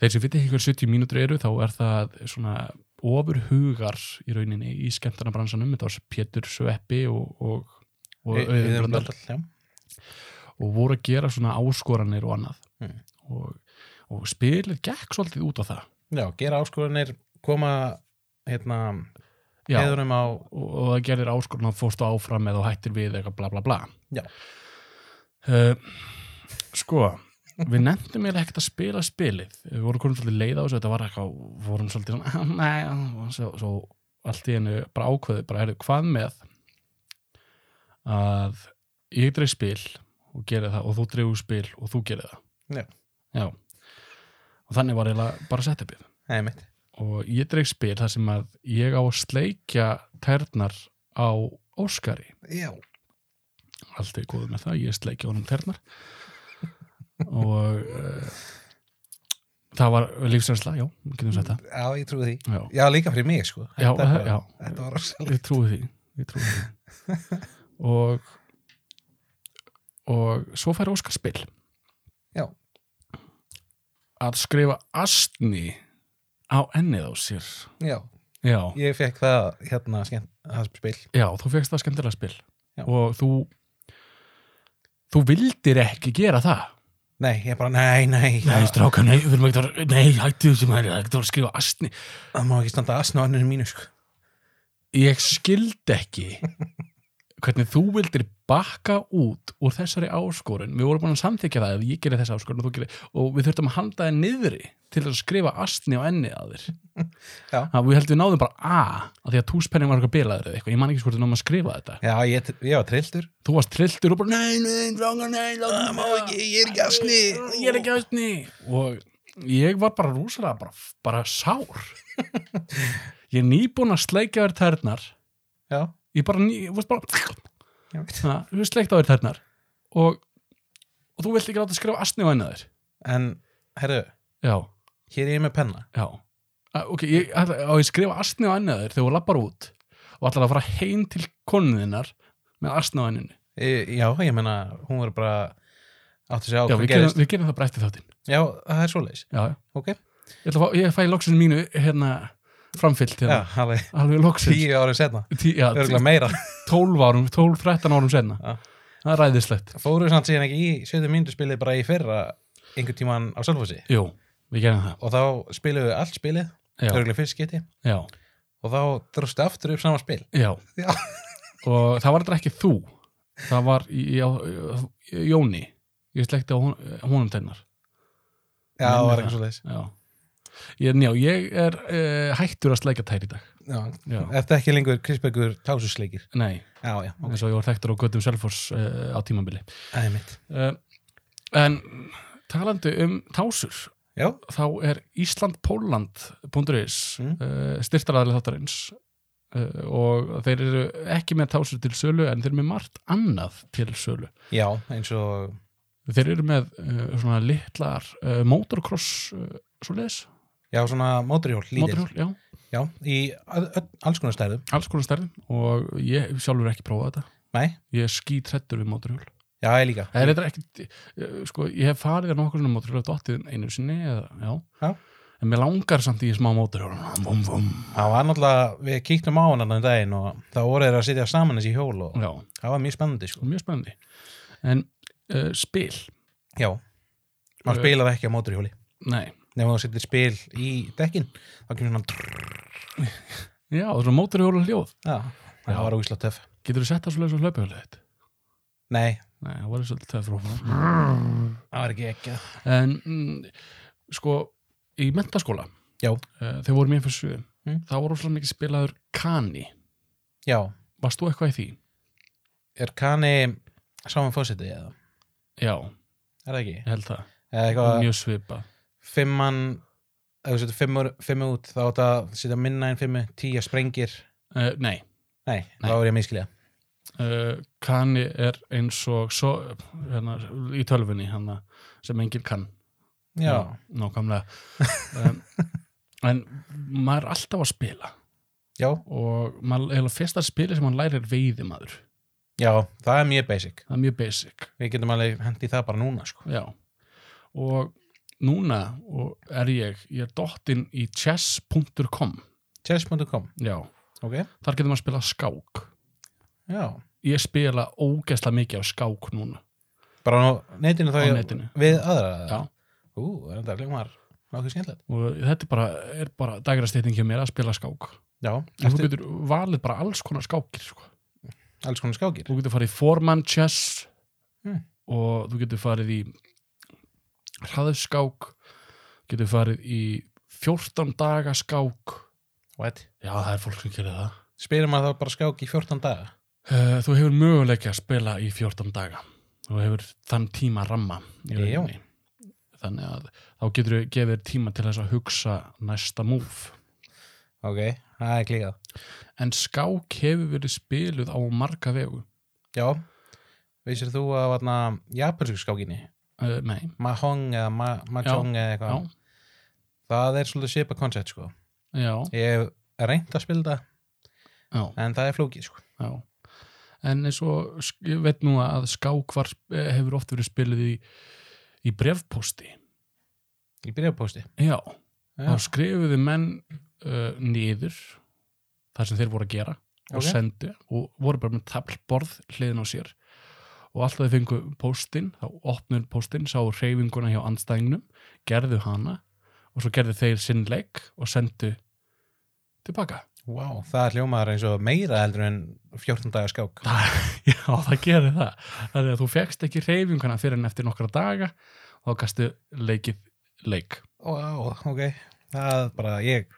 B: Þeir sem viti ekki hver 70 mínútur eru, þá er það svona ofur hugar í rauninni í skemmtarnabransanum, þetta var Pétur Sveppi og, og, og
A: Au-
B: Auður
A: Auður
B: Blöndal
A: Blöndal, já.
B: og voru að gera svona áskoranir og annað
A: Mm.
B: og, og spilið gekk svolítið út á það
A: já, gera áskoranir koma hérna,
B: Já,
A: heiðunum á
B: og, og það gerir áskoran að fórstu áfram eða þú hættir við eitthvað bla bla bla
A: Já.
B: Eh, Sko Við nefndum eiginlega ekkert að spila spilið Við vorum konum svolítið leið á þessu Þetta var eitthvað, vorum svolítið svona "Ah, Nei, og svo, svo allt í hennu bara ákveðið, bara heyrðu hvað með að ég dreif spil og geri það og þú dreifur spil og þú gerir það
A: Já.
B: Já. og þannig var eiginlega bara setupið
A: Nei, mitt,
B: og ég dreif spil þar sem að ég á að sleikja ternar á Óskari
A: já
B: allt er góð með það, ég sleikja honum ternar og uh, það var lífsrensla, já, við getum sett það
A: Já, ég trúi því
B: já,
A: Já, líka fyrir mig, sko
B: já,
A: Þetta
B: eh,
A: var-
B: já
A: Þetta var rosalega
B: ég trúi því, ég trúi því. og og svo fær Óskar spil
A: Já.
B: að skrifa astni á ennið á sér
A: Já,
B: já,
A: ég fekk það hérna skemmt, það spil
B: Já, þú fegst það skemmtilega spil
A: Já.
B: og þú þú vildir ekki gera það
A: Nei, ég bara, nei, nei, það,
B: stráka, nei, við erum ekki að nei, hættu þessu maður, það er ekki að skrifa astni
A: það má ekki standa asna á anninu mínu, sko
B: Ég skildi ekki hvernig þú vildir bakka út úr þessari áskorun við vorum búin að samþykja það að ég gerir þessa áskorun og, þú gerir, og við þurftum að handa þið niðri til að skrifa astni á enni (laughs) að þér
A: Já.
B: Ha, Við heldum við náðum bara A að því að túspenning var eitthvað bilaður eða eitthvað, ég man ekki hvort við náðum að skrifa þetta
A: Já, ég, ég var trilltur
B: Þú varst trilltur og bara Nei, nei, drangar, nei, látum
A: má ekki, ég er ekki asni.
B: Ég er ekki asni Og ég var bara rúsalega bara, bara sár (laughs) Ég er nýbúin að sleikja þér tærnar
A: Já,
B: Ég bara, ný, þú veist bara
A: já,
B: ha, Þú veist sleikt á þér tærnar Og, og þú vilt ekki láta skrifa asni á henni þér
A: en, herru,
B: Já,
A: hér er ég með penna
B: já A, Ok, ég, ætla- á ég skrifa asni á henni þér þegar þú lappar út og ætlar að fara heim til konuðinnar með asni á henni
A: e, Já, ég meina, hún var bara áttu sig á
B: Já,
A: hvað
B: við gerum,
A: gerist
B: við gerum það bara eftir þáttinn
A: Já, það er svoleiðis,
B: Já, já
A: ok
B: Ég, ætla að fá, ég fæ loksins mínu hérna framfyllt
A: Já,
B: hérna, (laughs)
A: alveg
B: alveg loksins
A: tíu árið setna,
B: tí, já,
A: örgulega meira
B: 12 árum, 12-13 árum senna
A: Já.
B: það er ræðislegt
A: Fóruðu samt síðan ekki í 70 mínútu spilið bara í fyrra einhvern tíman á Sölfossi
B: Jú, við gerum það
A: og þá spiluðu við allt spilið,
B: Já,
A: örgulega fyrst geti
B: já,
A: og þá dróstu aftur upp sama spil
B: já.
A: Já.
B: og það var þetta ekki þú það var í, á, Jóni ég slekti á hon, honum tennar
A: Já, það var
B: Minnir það.
A: eitthvað svoleiðis
B: já. Ég, já, ég er uh, hættur að sleika tær í dag
A: Já.
B: já.
A: Eftir ekki lengur Krisbergur tásusleikir
B: Nei,
A: Já, já, ok,
B: eins og ég var þekktur á göttum Selfors uh, á tímabili
A: það er mitt
B: uh, En talandi um tásur
A: Já,
B: þá er Ísland-Póland.is mm.
A: Mm.
B: uh, styrtaraðlega þáttarins uh, og þeir eru ekki með tásur til sölu en þeir eru með margt annað til sölu.
A: já, eins og
B: Þeir eru með uh, svona litlar uh, motocross uh, svo leiðis,
A: Já, svona mótorhjól, lítil
B: motorhjól, já,
A: Já, í ö- ö- alls konar stærðum
B: alls konar stærðin og ég hef sjálfur ekki prófað þetta.
A: Nei,
B: Ég er skítrættur við motorhjól.
A: já, ég líka
B: Það er eitthvað ekki, eh, sko, ég hef farið að nokkur svona motorhjól og dottið einu sinni eða, já.
A: Já.
B: En mér langar samt í smá motorhjól. Vum, vum.
A: Það var náttúrulega, við kíktum á hann annan daginn og þá voru þeir að sitja saman þessi hjól og
B: Já.
A: það var mjög spennandi, sko
B: og mjög spennandi en uh, spil,
A: Já, maður
B: Eh.
A: spilar ekki á mótorhjóli
B: nei
A: Nefnum þú setir spil í dekkin þá kemur svona trrr,
B: já, það er svona mótorhjóla hljóð
A: já,
B: Já.
A: það var úsla töff
B: getur þú sett það svolítið svo hlaupahjólið þitt
A: Nei,
B: nei, það var svolítið töf frá
A: það var ekki ekki
B: en mm, sko, í mentaskóla
A: Já.
B: uh, þegar vorum ég fyrir sjöðum
A: Mm.
B: þá voru svolítið mikið spilaður kani
A: Já,
B: varst þú eitthvað í því?
A: er Kani saman fósiti eða?
B: já,
A: Er það ekki?
B: ég held það,
A: Eða eitthvað
B: mjög svipa
A: fimmann ef þú setur fimmur, fimmu út þá átt að setja minna en fimmu, tíja sprengir
B: uh, nei,
A: Nei,
B: Nei.
A: þá er ég að miskilja
B: uh, Kani er eins og svo, hérna, í tölfunni hana, sem enginn kann
A: já,
B: nákvæmlega um, en maður er alltaf að spila
A: já,
B: og maður, eiginlega fyrsta spili sem hann lærir er veiðimaður,
A: já, það er mjög basic
B: það er mjög basic
A: við getum alveg hendi það bara núna sko.
B: já, og núna og er ég, ég er dottinn í chess.com
A: chess.com,
B: já,
A: ok,
B: þar getur maður að spila skák
A: já
B: ég spila ógeðslega mikið af skák núna
A: bara á netinu þá
B: á
A: ég-
B: netinu
A: við aðra
B: Já.
A: ú, þetta hljómar nokkuð skemmtilegt
B: og þetta er bara, er bara dagrasteyting hjá mér að spila skák
A: já,
B: en þú
A: eftir
B: getur valið bara alls konar skákir sko.
A: alls konar skákir
B: þú getur farið í foreman chess Hmm.
A: Mm.
B: og þú getur farið í hraðskák getur farið í 14 daga skák
A: What?
B: já það er fólk sem gerir það
A: spyrir maður þá bara skák í 14 daga
B: Eh, þú hefur möguleika að spila í 14 daga þú hefur þann tíma ramma í
A: Já.
B: rauninni. þannig að þá getur þú gefið þér tíma til þess að hugsa næsta múf
A: ok, það er klíkað
B: en skák hefur verið spiluð á marga vegu
A: já, vissir þú að vatna japansku skákinni
B: uh, nei,
A: Mahong eða Ma- Mahjong eða
B: já,
A: eitthvað það er svolítið svipa koncept sko
B: já,
A: ég hef reynt að spila það
B: já
A: en það er flókið sko
B: Já. En eins og sk- ég veit nú að skák var, hefur oft verið spilið í, í brefposti.
A: í byrjapósti
B: Já.
A: já,
B: Þá skrifuðu menn uh, niður þar sem þeir voru að gera og
A: Ok.
B: sendu og voru bara með tablborð hliðin á sér og alltaf þeir fengu póstinn, þá opnuðu póstinn, sáu reyfinguna hjá andstæðingnum, gerðu hana og svo gerðu þeir sinnleik og sendu tilbaka.
A: wow, það er hljómaður eins og meira heldur en 14 daga skák
B: Það, (laughs) já, það gerir það. Það er að þú fegst ekki reyfinguna fyrir en eftir nokkra daga og þá gastu leikið leik.
A: wow, ok það er bara, ég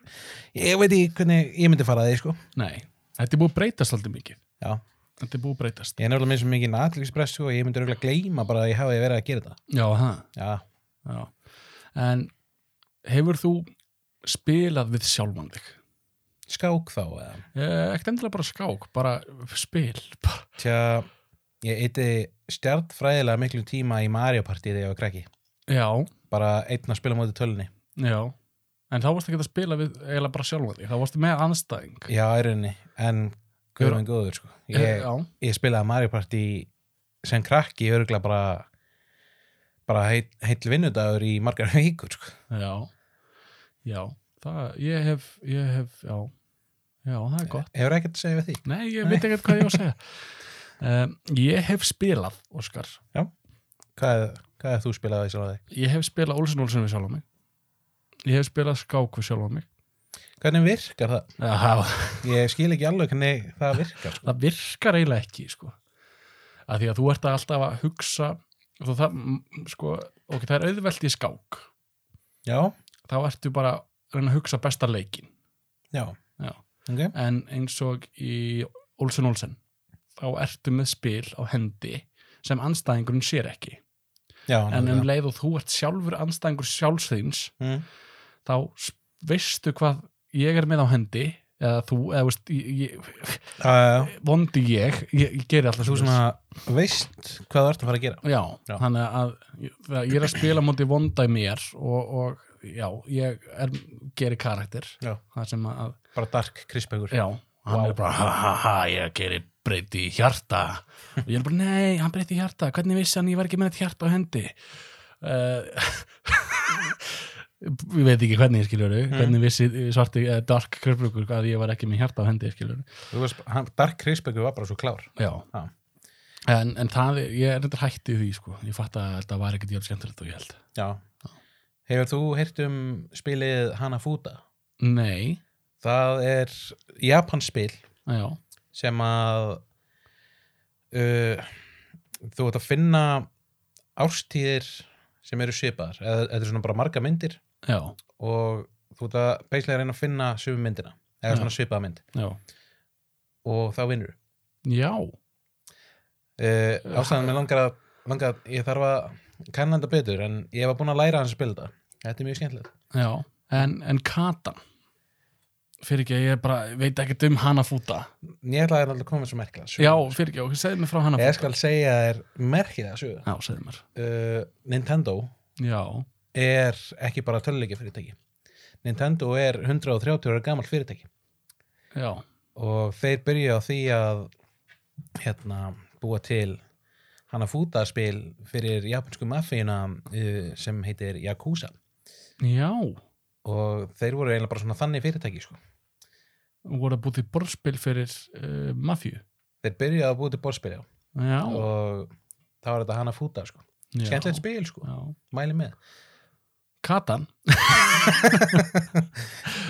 A: ég veit ekki hvernig ég myndi fara að því sko
B: Nei, þetta er búið að breytast alltaf mikið.
A: já,
B: Þetta er búið að breytast.
A: ég er nefnilega minn sem mikið natlikspress sko, ég myndi röglega gleyma bara að ég hafi verið að gera þetta
B: Já, það.
A: já,
B: Já. En hefur þú spilað við sjálfan þig?
A: skák þá eða
B: Eh, Ekkert endilega bara skák, bara spil. Bara.
A: tja, ég eiti stjartfræðilega miklu tíma í Mario Party þegar ég var krakki
B: (laughs) Já,
A: bara einn að spila á móti tölunni
B: já. En þá varstu ekki að spila við eiginlega bara sjálfan þig. Þá varstu með anstæðing.
A: já, í rauninni, en guður en góður sko. ég,
B: Eh, Já,
A: ég spilaði Mario Party sem krakki örgulega bara bara heill heit vinnudagur í margar (laughs) vikur sko.
B: já. Já, það, ég hef, ég hef, já. Já, það er gott.
A: hefur ekkert að segja við því
B: Nei, ég veit ekkert hvað ég á að segja. Um, ég hef spilað, Óskar.
A: hvað, hvað er þú spilað því sjálf því?
B: Ég hef spilað Olsson Olsson við sjálfa mig. Ég hef spilað skák við sjálfa mig.
A: hvernig virkar það?
B: Já,
A: ég skil ekki alveg hvernig það virkar sko.
B: það virkar eiginlega ekki, sko. Af því að þú ert alltaf að hugsa, þú það, mm, sko, ok, það er auðvelt í skák.
A: já,
B: Þá ertu bara að reyna að hugsa besta leikin.
A: já,
B: Já.
A: ok
B: En eins og í Olsson Olsson, þá ertu með spil á hendi sem anstæðingurinn sér ekki.
A: já,
B: En um
A: nákvæmlega.
B: leið og þú ert sjálfur anstæðingur sjálfsþýns,
A: mm,
B: þá s- veistu hvað ég er með á hendi eða þú, eða veist ég, ég,
A: uh,
B: vondi ég, ég, ég geri alltaf
A: þú svona veist hvað þú ert að fara að gera
B: já,
A: Já.
B: þannig að ég, það- ég er að spila móti vonda í mér og, og já, ég er, geri karakter
A: Já.
B: það sem að,
A: bara dark krispaugur
B: já, hann
A: Vá.
B: er bara ha ha ha, ég geri breyti í hjarta og ég er bara, nei, hann breyti í hjarta hvernig vissi hann, ég var ekki með þetta hjarta á hendi uh, (laughs) ég veit ekki hvernig skilur mm. hvernig vissi svarti uh, dark kröfbrukur að ég var ekki með hjarta á hendi skilur
A: Þú veist, hann- dark krispaugur var bara svo klár
B: já
A: Já.
B: en, en það, er- ég er reyndar hætti því sko. ég fatt að þetta var ekkert jörg skemmtilegt og ég held
A: Já. Hefur þú heyrt um spilið Hanafuda?
B: nei,
A: Það er japanspil
B: já,
A: sem að uh, þú ert að finna árstíðir sem eru svipaðar. Eða Þetta eru svona bara marga myndir
B: já,
A: og þú ert að beislega reyna að finna sömu myndina eða
B: Já.
A: svona svipaða mynd
B: já
A: og þá vinnur.
B: já,
A: Uh, ástæðan mér langar að, langar að ég þarf að kanna þetta betur en ég var búinn að læra hans að spila þetta. Þetta er mjög skemmtilegt.
B: já en, en katan fyrir ekki, ég bara veit ekkert um Hanafúta
A: Ég ætla að koma með svo merkilega sögu.
B: Já, fyrir ekki, ok, segðu mér frá
A: Ég
B: Hanafúta
A: skal segja þér merkilega sögu.
B: Já, segðu mér
A: Uh, Nintendo
B: Já,
A: er ekki bara töluleikja fyrirtæki. Nintendo er 130 ára gamalt fyrirtæki
B: já,
A: og þeir byrja á því að hérna, búa til hana fútaspil fyrir japansku mafíuna uh, sem heitir Yakuza
B: já
A: og þeir voru eiginlega bara svona þannig fyrirtæki sko.
B: voru að búið til borðspil fyrir uh, mafju
A: Þeir byrja að búa til borðspil já.
B: Já,
A: og það var þetta hana fúta sko.
B: já.
A: skemmtilegt spil sko,
B: Já.
A: mæli með
B: Katan,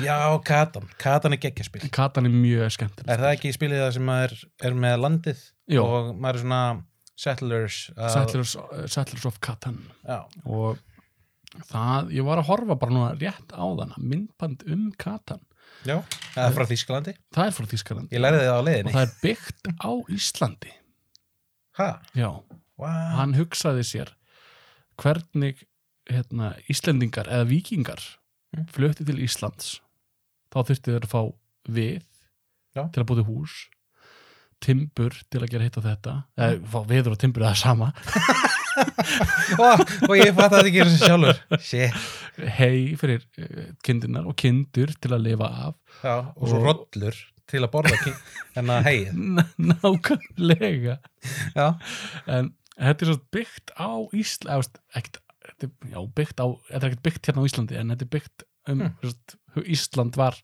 A: Já, Katan, Katan er geggjaspil
B: Katan er mjög skemmtilegt
A: Er það ekki spilið það sem maður er með landið
B: Jó.
A: og maður er svona settlers að,
B: Settlers, uh, Settlers of Catan
A: Já,
B: og það, ég var að horfa bara núna rétt á þann myndband um Katan
A: já. Það er frá Þísklandi
B: það er frá Þískaland
A: Ég lærði það á
B: og
A: leiðinni
B: það er byggt á Íslandi
A: Ha,
B: já,
A: wow.
B: hann hugsaði sér hvernig hérna, Íslendingar eða vikingar
A: Mm.
B: flutti til Íslands þá þurfti þeir að fá við
A: Já.
B: til að búti hús timbur til að gera hitt og þetta
A: Mm.
B: eða fá viður og timbur eða sama
A: og, og ég fatt að það ekki er þessi sjálfur Shit,
B: hei fyrir eh, kindirnar og kindur til að lifa af
A: já, og svo
B: Og-
A: rollur til að borða ekki en að heið
B: N- nákvæmlega
A: Já,
B: en þetta er svo byggt á Íslandi ekkert, þetta er- já, byggt á þetta er ekkert byggt hérna á Íslandi en þetta er byggt um,
A: Hmm.
B: hmm. sagt, hu- Ísland var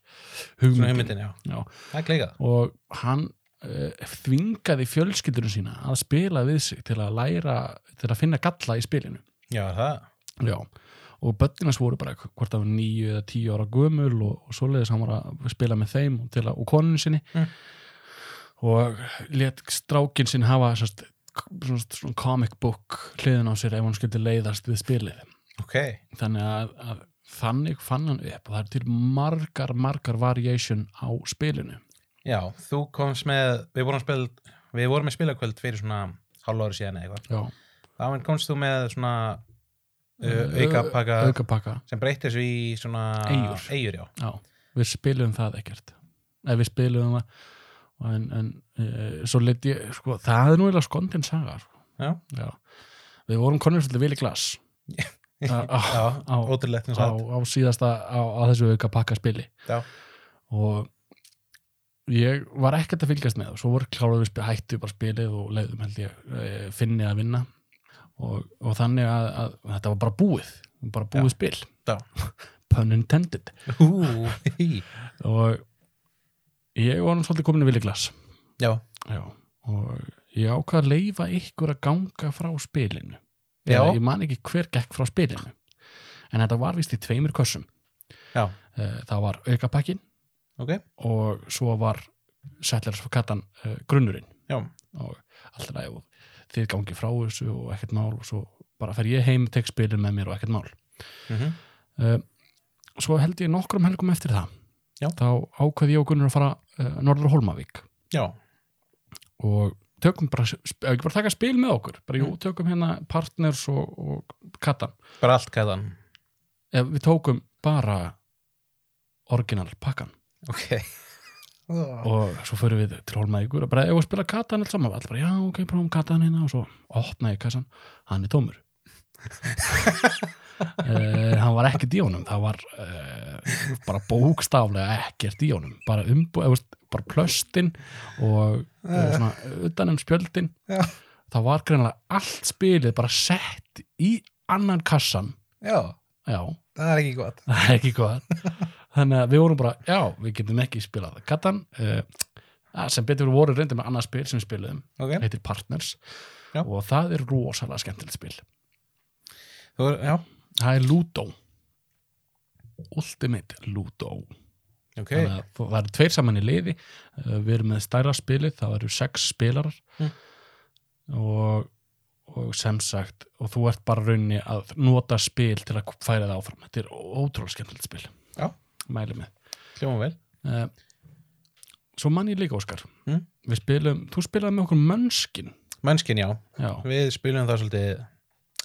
A: svona
B: hugmyndin
A: hugmyndin, já
B: Já.
A: Það er klikað
B: og hann uh, þvingaði fjölskyldunum sína að spila við sig til að læra til að finna galla í spilinu
A: Já, er það,
B: já. og börninas voru bara hvort það var nýju eða tíu ára gömul og, og svoleiðis hann var að spila með þeim og, til að, og konun sinni
A: Mm.
B: og let strákin sinn hafa sérst, svona, svona comic book hliðin á sér ef hann skildi leiðast við spilið
A: ok
B: þannig að, að þannig fann hann upp og það er til margar, margar variation á spilinu
A: Já, þú komst með, við vorum spil við vorum með spilakvöld fyrir svona hálf ári síðan eða eitthvað
B: já,
A: Þá komst þú með svona uh,
B: Ö-
A: aukapakka
B: aukapakka
A: sem breytti þessu í svona
B: Eyjur.
A: Eyjur, já.
B: Já, við spilum það ekkert eða við spilum það og en, en e, svo lit ég sko, það er nú eða skondin saga sko.
A: Já.
B: Já. við vorum konur svolítið vil í glas á, á,
A: (laughs) já,
B: á,
A: ótrúlegt eins
B: á,
A: og
B: á síðasta á, á þessu auka pakka spili
A: Já.
B: og ég var ekkert að fylgjast með og svo voru kláraði við spi- hættu bara spilið og leiðum held ég e, finni að vinna og, og þannig að, að þetta var bara búið bara búið spil
A: Já.
B: pun intended
A: það. Ú, hí.
B: og ég var nú svolítið komin í villiglas
A: Já,
B: já. og ég ákvað að leifa ykkur að ganga frá spilinu
A: Já.
B: Eða ég man ekki hver gekk frá spilinu en þetta var vist í tveimur kössum
A: Já.
B: Eh, það var aukapakkin
A: ok.
B: og svo var Settlers for Catan uh, grunnurinn
A: Já,
B: og allt er að þið gangi frá þessu og ekkert mál og svo bara fer ég heim, tek spilin með mér og ekkert mál
A: mm -hmm.
B: uh, svo held ég nokkrum helgum eftir það
A: Já.
B: þá ákveð ég og Gunnar að fara uh, norður á Hólmavík
A: já,
B: og tökum bara, sp- ef ekki bara taka spil með okkur bara jú,
A: Mm.
B: tökum hérna partners og, og katan,
A: bara allt kæðan.
B: ef við tókum bara orginal pakkan
A: Ok. Og,
B: og svo förum við til Hólmavíkur og bara, ef við spila katan alls saman, alls bara, já, ok, prófum katan hérna og svo opna ég kassan, hann er tómur uh, hann var ekkert í honum það var uh, bara bókstaflega ekkert í honum bara umbú, eða, veist, bara plöstin og uh, svona, utanum spjöldin
A: Eh. Já.
B: það var greinlega allt spilið bara sett í annan kassan
A: já,
B: já, (laughs)
A: það er ekki gott.
B: það er ekki góð þannig að við vorum bara, já, við getum ekki spilað kattan uh, sem betur voru reyndið með annað spil sem við spiluðum
A: Ok.
B: heitir Partners
A: Já.
B: og það er rosalega skemmtilegt spil
A: Þú, er- já,
B: það er Ludo Ultimate Ludo
A: ok.
B: þannig að það eru tveir saman í liði Eh, við erum með stærra spilið, það eru sex spilarar
A: Mm.
B: og, og sem sagt og þú ert bara raunni að nota spil til að færa það áfram þetta er ótrúlega skemmtilegt spil
A: Já.
B: mæli með
A: Hljóma vel.
B: Eh, svo mann ég líka Óskar
A: Mm.
B: við spilum, þú spilaði með okkur mönskin
A: Mönskin, já.
B: já,
A: Við spilum það svolítið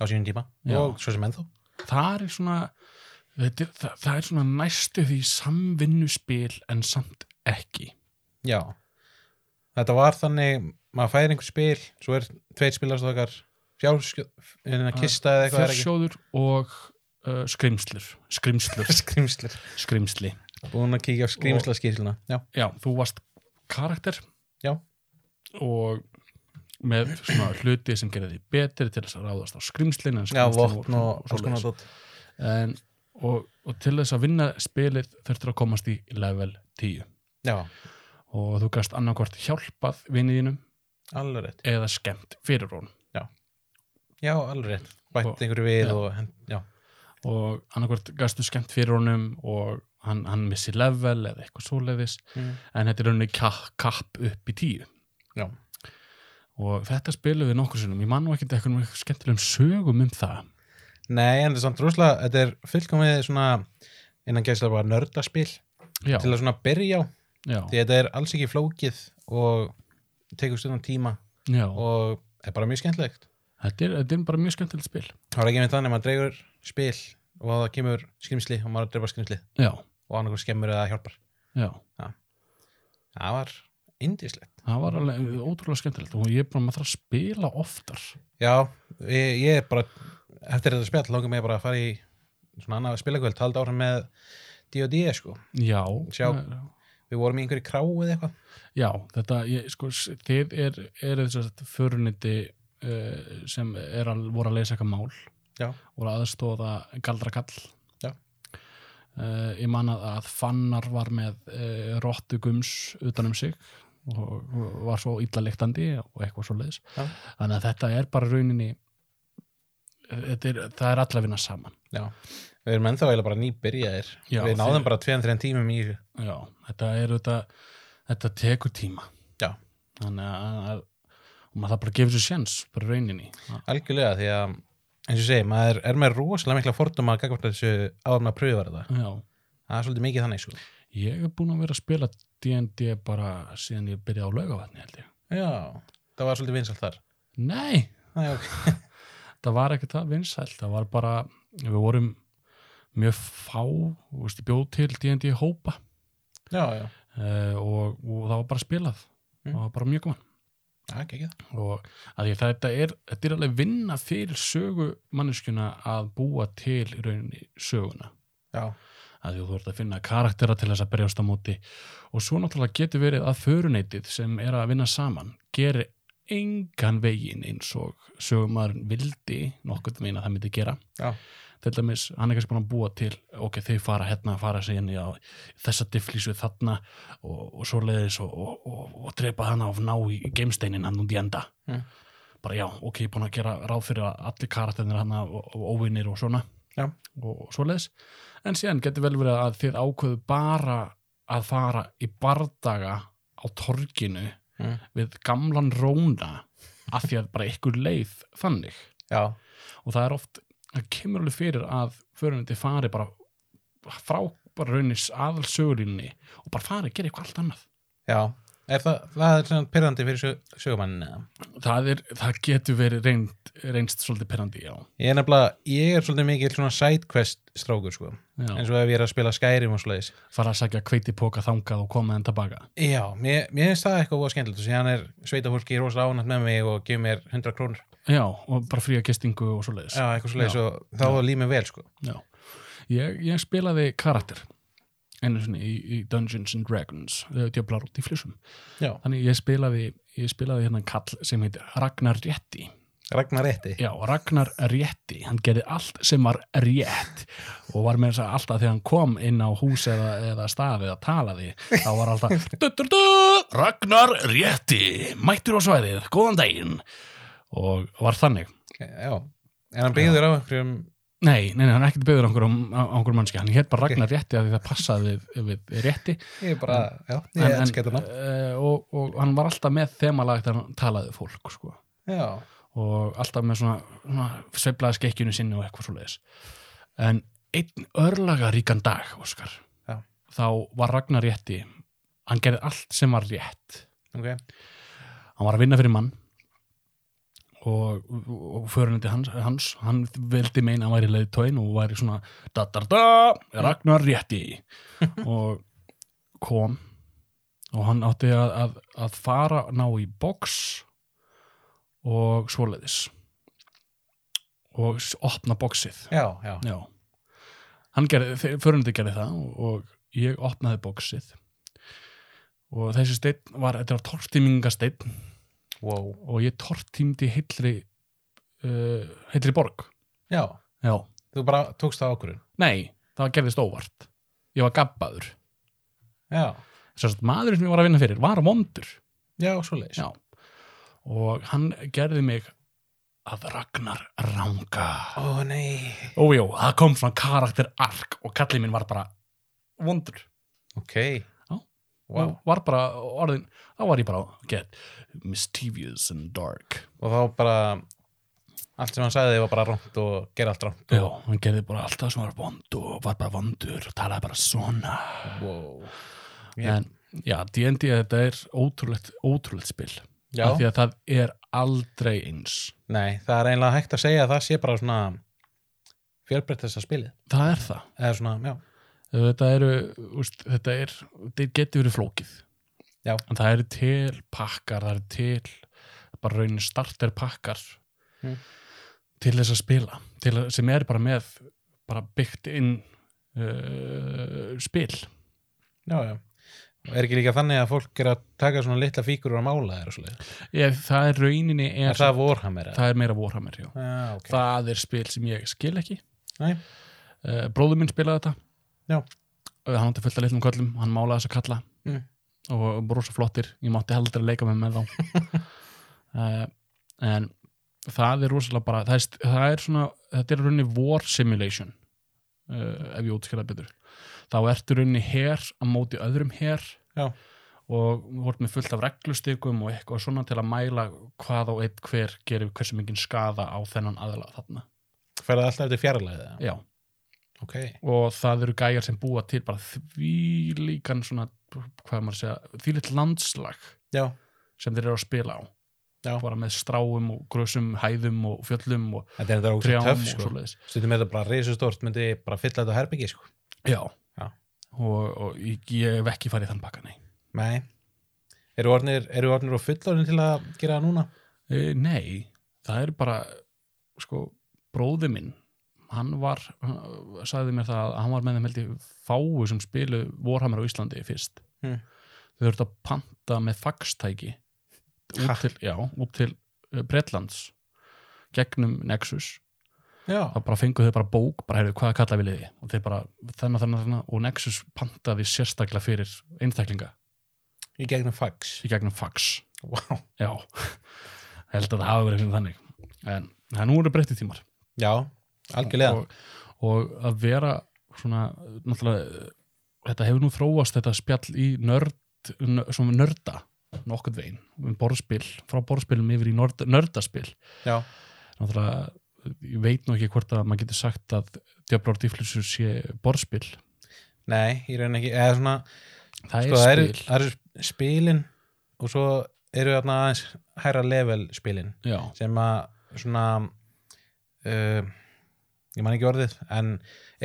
A: á sínum tíma
B: Já.
A: og svo sem ennþá.
B: það er svona þetta, er- það, það er svona næstu því samvinnuspil en samt ekki.
A: Já. Þetta var þannig, maður fær einhver spil, svo er tveir spilastokar, fjálskjöð, kista eða eitthvað er ekki. (laughs)
B: Fjársjóður og uh, skrimslur. Skrimslur.
A: Skrimslir.
B: Skrimsli.
A: Búin að kíkja á skrimslaskýrluna. Já.
B: Já, þú varst karakter.
A: Já.
B: Og með svona hluti sem gerði því betri til þess að ráðast á skrimslin. en
A: Já,
B: skrimslin
A: vopn
B: voru-
A: og alls konar
B: svoleiðis.
A: dótt.
B: En, og, og til þess að vinna spilið þurftur að komast í level 10
A: Já,
B: og þú gast annarkvort hjálpað vinið þínum
A: alveg rétt.
B: eða skemmt fyrir hún
A: Já, alveg rétt.
B: Og-
A: Bætt einhverju við
B: Já.
A: og, hend- já.
B: og annarkvort gastu skemmt fyrir honum og hann, hann missi level eða eitthvað svoleiðis
A: Mm.
B: en þetta er rauninni kapp, kapp upp í 10
A: Já.
B: og þetta spilum við nokkur sinnum ég man nú ekkert eitthvað um eitthvað skemmtilegum sögum um það
A: Nei, en þetta er samt rúslega, þetta er fullkomið svona, innan gæslega bara nördaspil
B: já,
A: til að svona byrja á.
B: já,
A: Því þetta er alls ekki flókið og tekur stundum tíma
B: já.
A: og er bara mjög skemmtilegt.
B: Þetta, er, þetta er bara mjög skemmtilegt spil
A: Það var ekki með þannig að maður dreigur spil og það kemur skrimsli og maður dreifar skrimsli
B: já,
A: og annarkur skemmur eða hjálpar.
B: já
A: Það var indislegt.
B: það var alveg ótrúlega skemmtilegt og ég er bara maður þarf að spila oftar
A: Já, ég, ég er bara, eftir þetta spjall langar mig bara að fara í svona annað spilakvöld, halda áhrif með D&D sko.
B: já,
A: Sjá. Við vorum í einhverju kráu eða eitthvað.
B: já þetta, ég, sko, s- þið er, er þess að föruniti uh, sem er að, voru að leysa eitthvað mál
A: Já.
B: voru aðstóða galdrakall
A: Já.
B: Eh, ég man að, að Fannar var með uh, rottu gums utan um sig og var svo illaliktandi og eitthvað svo leiðis
A: Já.
B: þannig að þetta er bara rauninni þetta er, það er allar að vinna saman
A: Já. Við erum ennþá eiginlega bara nýbyrjaðir.
B: Já,
A: Við náðum
B: þið-
A: bara 2-3 tímum í þessu.
B: Já, þetta er þetta, þetta tekur tíma
A: Já.
B: þannig að, að og maður það bara gefur sér sjens bara í rauninni
A: Algjörlega því að, eins og ég segi, maður er með rosalega mikla forduma að gagvart þessu áður með að pröfa þetta.
B: Já,
A: Það er svolítið mikið þannig sko.
B: ég er búin að vera að spila D&D bara síðan ég byrjaði á laugavatni held ég
A: Já, það var svolítið vinsalt þar.
B: Nei,
A: Æ, ok.
B: það var ekkert það vinsælt það var bara, við vorum mjög fá, þú veist, ég bjóð til D&D hópa
A: Já, já,
B: uh, og, og það var bara spilað
A: Mm.
B: það var bara mjög gaman
A: það er ekki það.
B: og að því að þetta er, þetta er alveg vinna fyrir sögu manneskjuna að búa til í rauninni söguna
A: Já,
B: að því að þú ert að finna karaktera til þess að berjast á móti og svo náttúrulega getur verið að föruneytið sem er að vinna saman gerir engan vegin eins og sögumaðurinn vildi nokkurn veginn að það myndi gera
A: Já.
B: til dæmis, hann er kannski búin að búa til ok, þau fara hérna, fara sig inn í á þessa difflísu þarna og, og svo leiðis og, og, og, og drepa hann á ná í geimsteinin hann út í enda
A: Mm.
B: bara já, ok, ég er búin að gera ráð fyrir að allir karakterinir hann og, og óvinnir og svona
A: Já.
B: og, og svo en síðan getur vel verið að þið ákveðu bara að fara í bardaga á torginu
A: Mm.
B: við gamlan róna af því að bara ykkur leið þannig
A: já,
B: og það er oft, það kemur alveg fyrir að förunandi fari bara frá bara raunis aðalsögulínni og bara fari að gera eitthvað allt annað
A: já. Er það, það er svona pyrrandi fyrir sög, sögumannin eða?
B: það, er, það getur verið reynd, reynst svolítið perandi, já,
A: Ég er nefnilega, ég er svolítið mikið svona sidequest strókur sko,
B: já.
A: eins og ef ég er að spila Skyrim og svoleiðis.
B: fara að sækja kveiti póka þangað og koma þeim tilbaka
A: Já, mér, mér finnst það eitthvað voða skemmtilegt og síðan er sveitafólki rosa ánætt með mig og gefur mér 100 krónur.
B: já, og bara fría gistingu og svo leiðis
A: Já, eitthvað svoleiðis og þá líf mér vel sko.
B: Já, ég, ég spilaði karakter einu sinni í, í Dungeons and Dragons eh, djöflar út í flissum
A: Já,
B: þannig ég spilaði, ég spilaði hérna kall sem heitir Ragnar Rétti
A: Ragnar rétti.
B: Já, Ragnar Rétti, hann gerði allt sem var rétt og var með þess að alltaf þegar hann kom inn á hús eða, eða stað eða talaði þá var alltaf du, du, du, Ragnar Rétti, mættur á svæðið, góðan daginn og var þannig
A: Já, en hann byggður á einhverjum,
B: Nei, nei, nei, hann er ekkert byggður á einhverjum, á einhverjum mannski, hann hétt bara Ragnar rétti að því það passaði við, við rétti
A: ég er bara, já, ég
B: En- en,
A: elskar þetta nafn.
B: eh, og, og hann var alltaf með þemalagt þegar hann talaði við fólk sko.
A: Já,
B: og alltaf með svona, svona sveiflaði skekkjunu sinni og eitthvað svo leiðis en einn örlaga ríkan dag, Óskar
A: Já.
B: þá var Ragnar rétti hann gerði allt sem var rétt
A: ok,
B: hann var að vinna fyrir mann og, og förunandi hans, hans hann veldi meina að hann væri leiðtóin og væri svona da da da, Ragnar rétti og kom og hann átti að, að, að fara ná í box og svoleiðis og s- opna boxið
A: já, já,
B: Já. Hann gerði, förundi gerði það og og ég opnaði bóksið og þessi steinn var, þetta var tortímingasteinn
A: wow
B: og ég tortímdi heillri, uh, heillri borg.
A: já,
B: Já.
A: þú bara tókst það ákvörðun
B: Nei, það gerðist óvart. Ég var gabbaður.
A: já,
B: Þess að maðurinn sem ég var að vinna fyrir var vondur.
A: já, svoleiðis
B: Já. Og hann gerði mig að Ragnar Ranga.
A: ó nei,
B: Ójó, það kom svona karakterark og kallið minn var bara vondur.
A: ok
B: Já.
A: wow.
B: var bara orðin, þá var ég bara get mischievous and dark
A: og þá bara allt sem hann sagði var bara rámt og gera allt rámt
B: já, hann gerði bara alltaf sem var vond og var bara vondur og talaði bara svona
A: wow.
B: en já, D&D þetta er ótrúlegt, ótrúlegt spil
A: já,
B: af því að það er aldrei eins
A: nei, það er einlega hægt að segja að það sé bara svona fjörbreytt þess að spilið
B: það er það
A: eða svona, já,
B: þetta, eru, úst, þetta er, þetta getur verið flókið
A: Já.
B: en það eru til pakkar það eru til bara raunin starter pakkar
A: Mm.
B: til þess að spila til, að- sem er bara með bara byggt inn uh, spil
A: já, já Og er ekki líka þannig að fólk er að taka svona litla fíkur og að mála þér og svoleiði
B: Ég, það er rauninni er,
A: er það vorhamera?
B: það er meira vorhammer já.
A: Já, ok.
B: það er spil sem ég skil ekki
A: Nei.
B: uh, bróður minn spilaði þetta
A: Já.
B: Eh, hann átti fullt að litlum köllum, hann málaði þessa kalla
A: Mm.
B: og brosa flottir ég mátti heldur að leika með með þá
A: (laughs)
B: uh, en það er rosalega bara það er, st- það er svona, þetta er rauninni war simulation uh, ef ég útskjala betur þá ertu rauninni her að móti öðrum her
A: Já.
B: og vort með fullt af reglustykum og eitthvað svona til að mæla hvað og eitt hver gerir hversu mikið skaða á þennan aðla þarna
A: Færðu alltaf eftir fjarlæðið?
B: Já.
A: Ok.
B: og það eru gæjar sem búa til bara því líkan svona hvað á maður að segja, því litt landslag
A: Já,
B: sem þeir eru að spila á
A: Já.
B: bara með stráum og grösum, hæðum og fjöllum og
A: þetta er þetta ógst
B: trjám
A: töff,
B: og
A: sko.
B: svoleiðis
A: Stundum er þetta bara risustort, myndi bara fylla þetta herbyggi, sko.
B: já,
A: Já.
B: og, og ég, ég hef ekki farið í þann bakka, nei
A: Nei. Eru orðnir, eru orðnir og fullorðin til að gera það núna?
B: e, nei, það er bara sko, bróði minn hann var, hann sagði mér það að hann var með þeim held ég fáu sem spilu Warhammer á Íslandi fyrst
A: Hmm.
B: þau þurftu að panta með fagstæki
A: Ha?
B: út til, já, út til uh, Bretlands gegnum Nexus
A: Já.
B: þá bara fengu þau bara bók, bara heyrðu hvaða kalla viljiði og þeir bara þennan þennan þennan og Nexus pantaði sérstaklega fyrir einstaklinga
A: Í gegnum fax.
B: í gegnum fax
A: Wow.
B: já, (laughs) Ég held að það hafa verið einhvern þannig en það nú eru breytti tímar
A: Já, algjörlega.
B: og, og að vera svona, náttúrulega þetta hefur nú þróast þetta spjall í nörd, nörd svona nörda nokkurn veginn, um borðspil frá borðspilum yfir í nörd, nördaspil
A: Já.
B: náttúrulega, ég veit nú ekki hvort að maður getur sagt að Djöflar Dýflisur sé borðspil
A: Nei, ég raun ekki, eða svona,
B: það
A: sko, það
B: er
A: eru,
B: spil
A: það eru spilin og svo eru þarna aðeins hæra level spilin (laughs)
B: já,
A: sem að svona, uh, ég man ekki orðið, en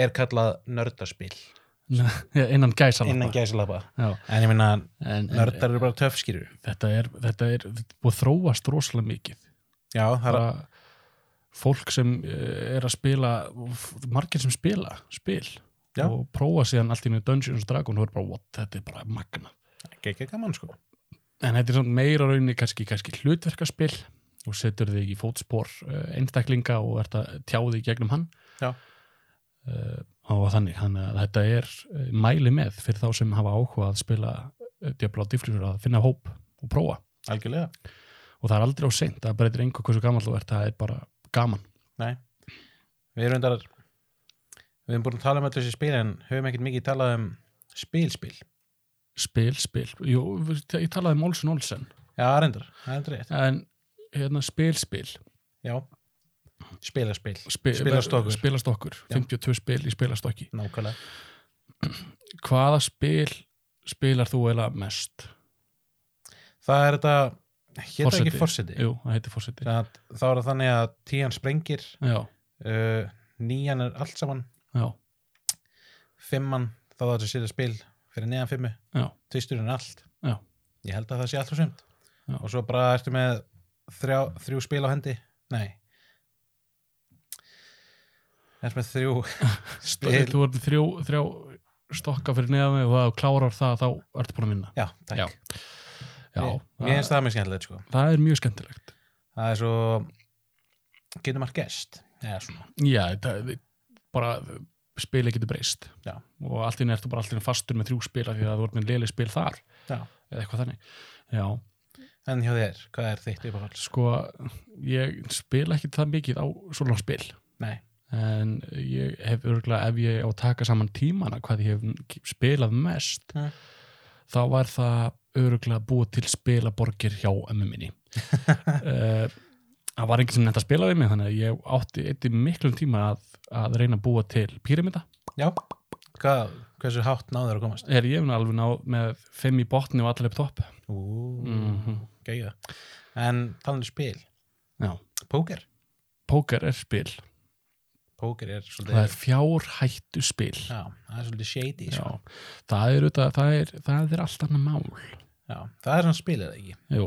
A: er kallað nördaspil
B: innan gæsa
A: innan gæsilapa.
B: Já.
A: En ég minna,
B: en, en,
A: nördar eru bara töffskýru.
B: þetta er, þetta er og þróast rosalega mikið
A: Já, það er
B: bara fólk sem eh, er að spila f- margir sem spila spil
A: Já.
B: og prófa síðan allt í nýju Dungeons and Dragons og er bara, what, þetta er bara magna
A: ekki ekki gaman sko.
B: en þetta er samt meira rauninni kannski, kannski hlutverkaspil og setur þig í fótspor eh, einstaklinga og ert að tjáði gegnum hann
A: Já.
B: Eh, og þannig, þannig að þetta er eh, mæli með fyrir þá sem hafa áhuga að spila djöfla á dýflisur að finna hóp og prófa
A: Algjörlega.
B: og það er aldrei á seint, það breytir einhver hversu gamall þú ert, það er bara gaman
A: Við erum þar, við erum búin að tala um öll þessi spil en höfum ekkert mikið talað um spilspil.
B: spil, spil Jú, við- ég talaði um Olsen Olsen
A: Já, reyndar, það er rétt.
B: en hérna spil, spil
A: Já, spilaspil,
B: Spil-
A: Spilastokkur.
B: eh, spilastokkur,
A: Já.
B: 52 spil í spilastokki
A: nákvæmlega.
B: hvaða spil spilar þú eiginlega mest?
A: Það er þetta Hétt það ekki forseti?
B: Jú, það heitir forseti.
A: Þannig að Þá er það þannig að tían sprengir,
B: Já,
A: uh, nían er allt saman,
B: já,
A: fimman, þá það er sér að spil fyrir neðan fimmu,
B: já,
A: tvisturinn er allt.
B: Já.
A: Ég held að það sé allt og sumt.
B: Já.
A: Og svo bara ertu með þrjá, þrjú spil á hendi. Nei. Ertu með þrjú
B: Spil.
A: spil.
B: Þú ert með þrjó, þrjá stokka fyrir neðan mig og það klárar það þá ertu búin að vinna.
A: Já, takk.
B: Já. Já,
A: Mér mér
B: það,
A: finnst það mjög skemmtilegt, sko.
B: það er mjög skemmtilegt.
A: Það er svo, getur maður gest. Já, svona.
B: Já, það, bara spila getur breyst.
A: Já.
B: Og allt í einu ertu bara allt í einu fastur með þrjú spila því að þú ert með léleg spil þar
A: Já.
B: eða eitthvað þannig. Já,
A: En hjá þér, hvað er þitt uppáhalds?
B: sko, ég spila ekki það mikið á svona spil.
A: Nei.
B: en ég hef örgulega ef ég á að taka saman tímana hvað ég hef spilað mest
A: Mm.
B: þá var það örgulega búið til spilaborgir hjá ömmu minni uh, það var enginn sem nefnt að spila við mig þannig að ég átti eitt miklum tíma að, að reyna að búa til píramida
A: Já. Hvað, hversu hátt náður að komast?
B: er ég hef nú alveg ná með fimm í botni og allar upp topp
A: Ú,
B: Mhm.
A: gegja. En talandi um spil,
B: Já.
A: póker.
B: póker er spil,
A: Póker er
B: það er
A: svolítið,
B: fjárhættu spil
A: já, það er svolítið shady,
B: Já.
A: sko.
B: það er, auðvitað- það er, það er allt annað mál
A: Já. Það er svona spil, eða ekki?
B: Jú,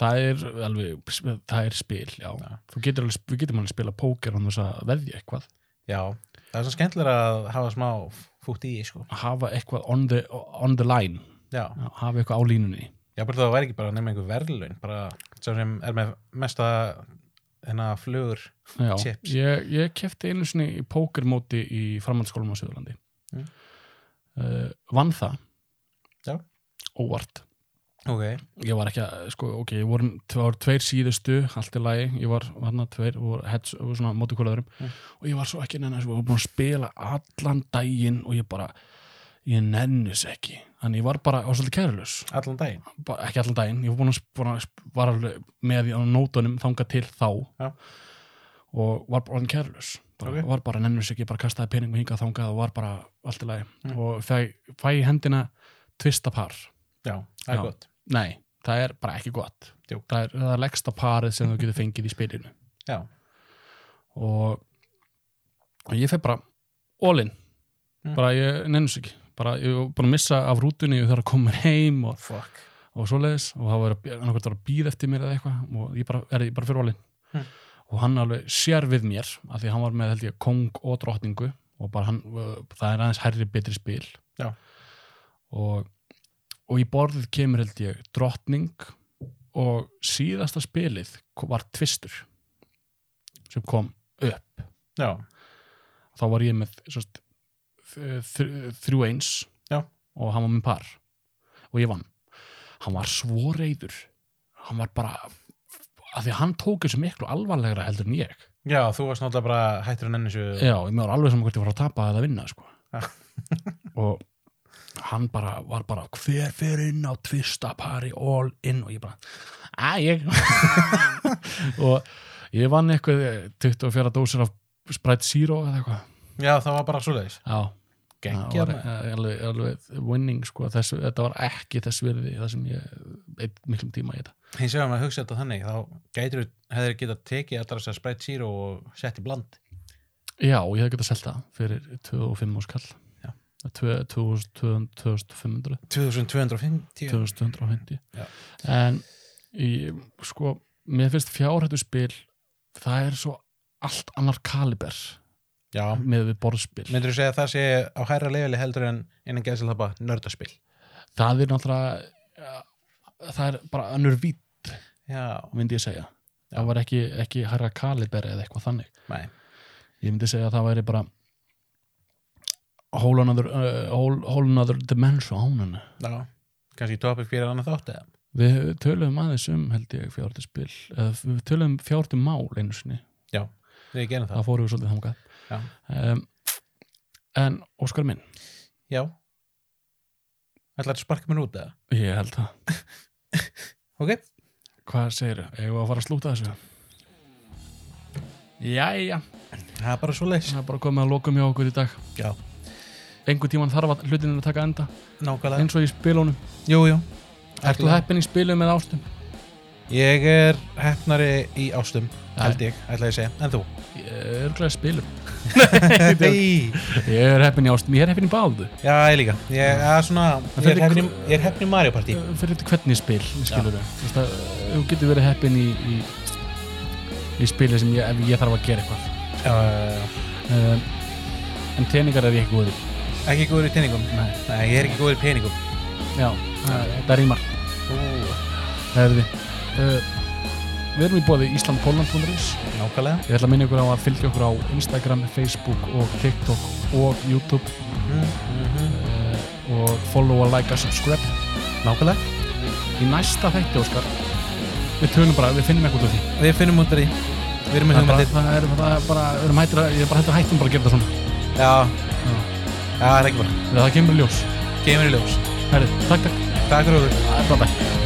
B: það er alveg, það er spil, já.
A: Já.
B: Þú getur alveg, við getum alveg spila póker án þess að veðja eitthvað.
A: Já. Það er svona skemmtilega að hafa smá fútt í, sko.
B: Að hafa eitthvað on the, on the line,
A: Já.
B: Já, hafa eitthvað á línunni.
A: Já, bara það væri ekki bara nema einhver verðlun, bara sá sem er með mesta hennar flugur.
B: Já,
A: Chips.
B: ég, ég kefti einu sinni í pókermóti í framhaldsskólum á Suðurlandi.
A: Mm.
B: Uh, vann það.
A: Já.
B: Óvart.
A: Ok.
B: Ég var ekki að, sko, ok, ég voru, það voru tveir síðustu, allt í lagi, ég var varna tveir, voru heads, voru svona móti kvölaðurum
A: Mm.
B: og ég var svo ekki nenni þessu, ég var búin að spila allan daginn og ég bara, ég nennis ekki, þannig ég var bara, ég var svolítið kærlus,
A: Allan daginn.
B: bara, ekki allan daginn, ég var búin að, búin að var alveg með í á nótunum þanga til þá
A: Já.
B: og var bara kærlus, bara,
A: Ok.
B: var bara nennis ekki, bara kastaði peningum hingað þangað og var bara allt í lagi
A: Mm.
B: og fæ, fæ í hendina tvista par.
A: Já, það er
B: Já.
A: gott.
B: Nei, það er bara ekki gott.
A: Jú.
B: Það er, það er leggsta parið sem þú getur fengið í spilinu.
A: Já.
B: Og, og ég fer bara all in.
A: Mm.
B: Bara ég nennus ekki. Bara ég er búin að missa af rútunni, ég þarf að koma mér heim og,
A: Fuck.
B: og svoleiðis og það var annarkvæmt að býða eftir mér eða eitthvað og ég bara, er, ég bara fyrir all in.
A: Mm.
B: Og hann alveg sér við mér af því að hann var með held ég kong og drottningu og bara hann, það er aðeins herri betri spil.
A: Já.
B: Og, og í borðið kemur held ég drottning og síðasta spilið ko- var tvistur sem kom upp
A: Já.
B: þá var ég með sérst, þrjú eins
A: Já.
B: og hann var með par og ég vann hann var svo reyður hann var bara af því að hann tók þessu miklu alvarlegra heldur en ég
A: Já, þú varst náttúrulega bara hættur að nenni þessu.
B: Já, ég mér var alveg saman hvort ég var að tapa eða að vinna sko.
A: Já.
B: (laughs) og hann bara var bara hver fyrir inn á tvista pari all in og ég bara að
A: (laughs)
B: ég (laughs) og ég vann eitthvað eh, 24 dósir af Sprite Zero eða eitthvað
A: Já, það var bara svoleiðis.
B: Já, það
A: Gengja
B: var
A: með.
B: eh, alveg, alveg winning sko, þess, þetta var ekki þess virði það sem ég eitt miklum tíma í þetta
A: Hins vegar ef maður hugsa þetta þannig, þá gætur hefur getað tekið allra þess að spreyt síru og sett í bland.
B: Já, og ég hef getað selta fyrir 2.500 skall
A: Já.
B: 2.500
A: 2250.
B: 2150
A: Já.
B: en ég, sko, mér finnst fjárhættu spil það er svo allt annar kaliber
A: Já.
B: með við borðspil
A: Myndur þú segja að það sé á hærra leifili heldur en innan geðsel það bara nördaspil?
B: það er náttúrulega ja, það er bara önnur vít
A: Já.
B: myndi ég segja það var ekki, ekki hærra kaliber eða eitthvað þannig
A: Nei.
B: ég myndi segja að það væri bara a whole another, uh, whole, whole another dimension
A: Já. Kanski topic fyrir annað þátt eða?
B: við töluðum aðeins um held ég fjárhættu spil eða við töluðum fjárhættu mál einu sinni
A: Við gerum það.
B: það fórum við svolítið
A: Já.
B: þangað um, en Óskar minn
A: Já. Ætlar að sparka mér út eða?
B: ég held það,
A: Ok.
B: hvað segir þau, eigum við að fara að slúta þessu jæja
A: Það er bara svo leis.
B: það er bara komið að lokum hjá okkur í dag
A: Já.
B: einhver tíman þarf að hlutinu að taka enda
A: Nákvæmlega.
B: eins og í spilunum,
A: Jú, jú.
B: ertu heppin í spilum eða ástum
A: Ég er hefnari í ástum,
B: Já.
A: held ég, ætla ég að segja, en þú?
B: Ég er örglega að spilum.
A: (laughs) Nei,
B: Ég er heppin í ástum, ég er heppin í báðu.
A: já, ég líka. Ég, ja, svona, ég,
B: Það
A: er
B: fer í-
A: hefn, í- ég er hefn í Mario Party.
B: Uh, Fyrir þetta hvernig spil, skilur við. Þú veist að uh, þú getur verið heppin í, í, í spili sem ég, ef ég þarf að gera eitthvað.
A: Já, já, já.
B: Um, en teningar er ég ekki góður í.
A: Ekki góður í tenningum.
B: Nei.
A: Nei, ég er ekki góður í peningum.
B: Já, það- þetta rímar.
A: Ú,
B: Herði, uh, við erum í bóði Ísland-Pólland.is
A: nákvæmlega.
B: Ég ætla að minna ykkur á að fylgja okkur á Instagram, Facebook og TikTok og YouTube
A: Mm, mm
B: uh, og followa, likea, subscribe
A: Nákvæmlega.
B: Í næsta þætti, Óskar Við tölum bara, við finnum eitthvað út af því
A: Við finnum út af því. Við erum með
B: Það er bara,
A: hugmyndir.
B: það er bara, bara við erum hættir að, ég er bara hættir að hættum bara að gera þetta svona
A: Já, já, það er ekki bara.
B: Það kemur í ljós
A: Kemur í ljós.
B: Herði, takk, takk,
A: Takk fyrir okkur.
B: bye bye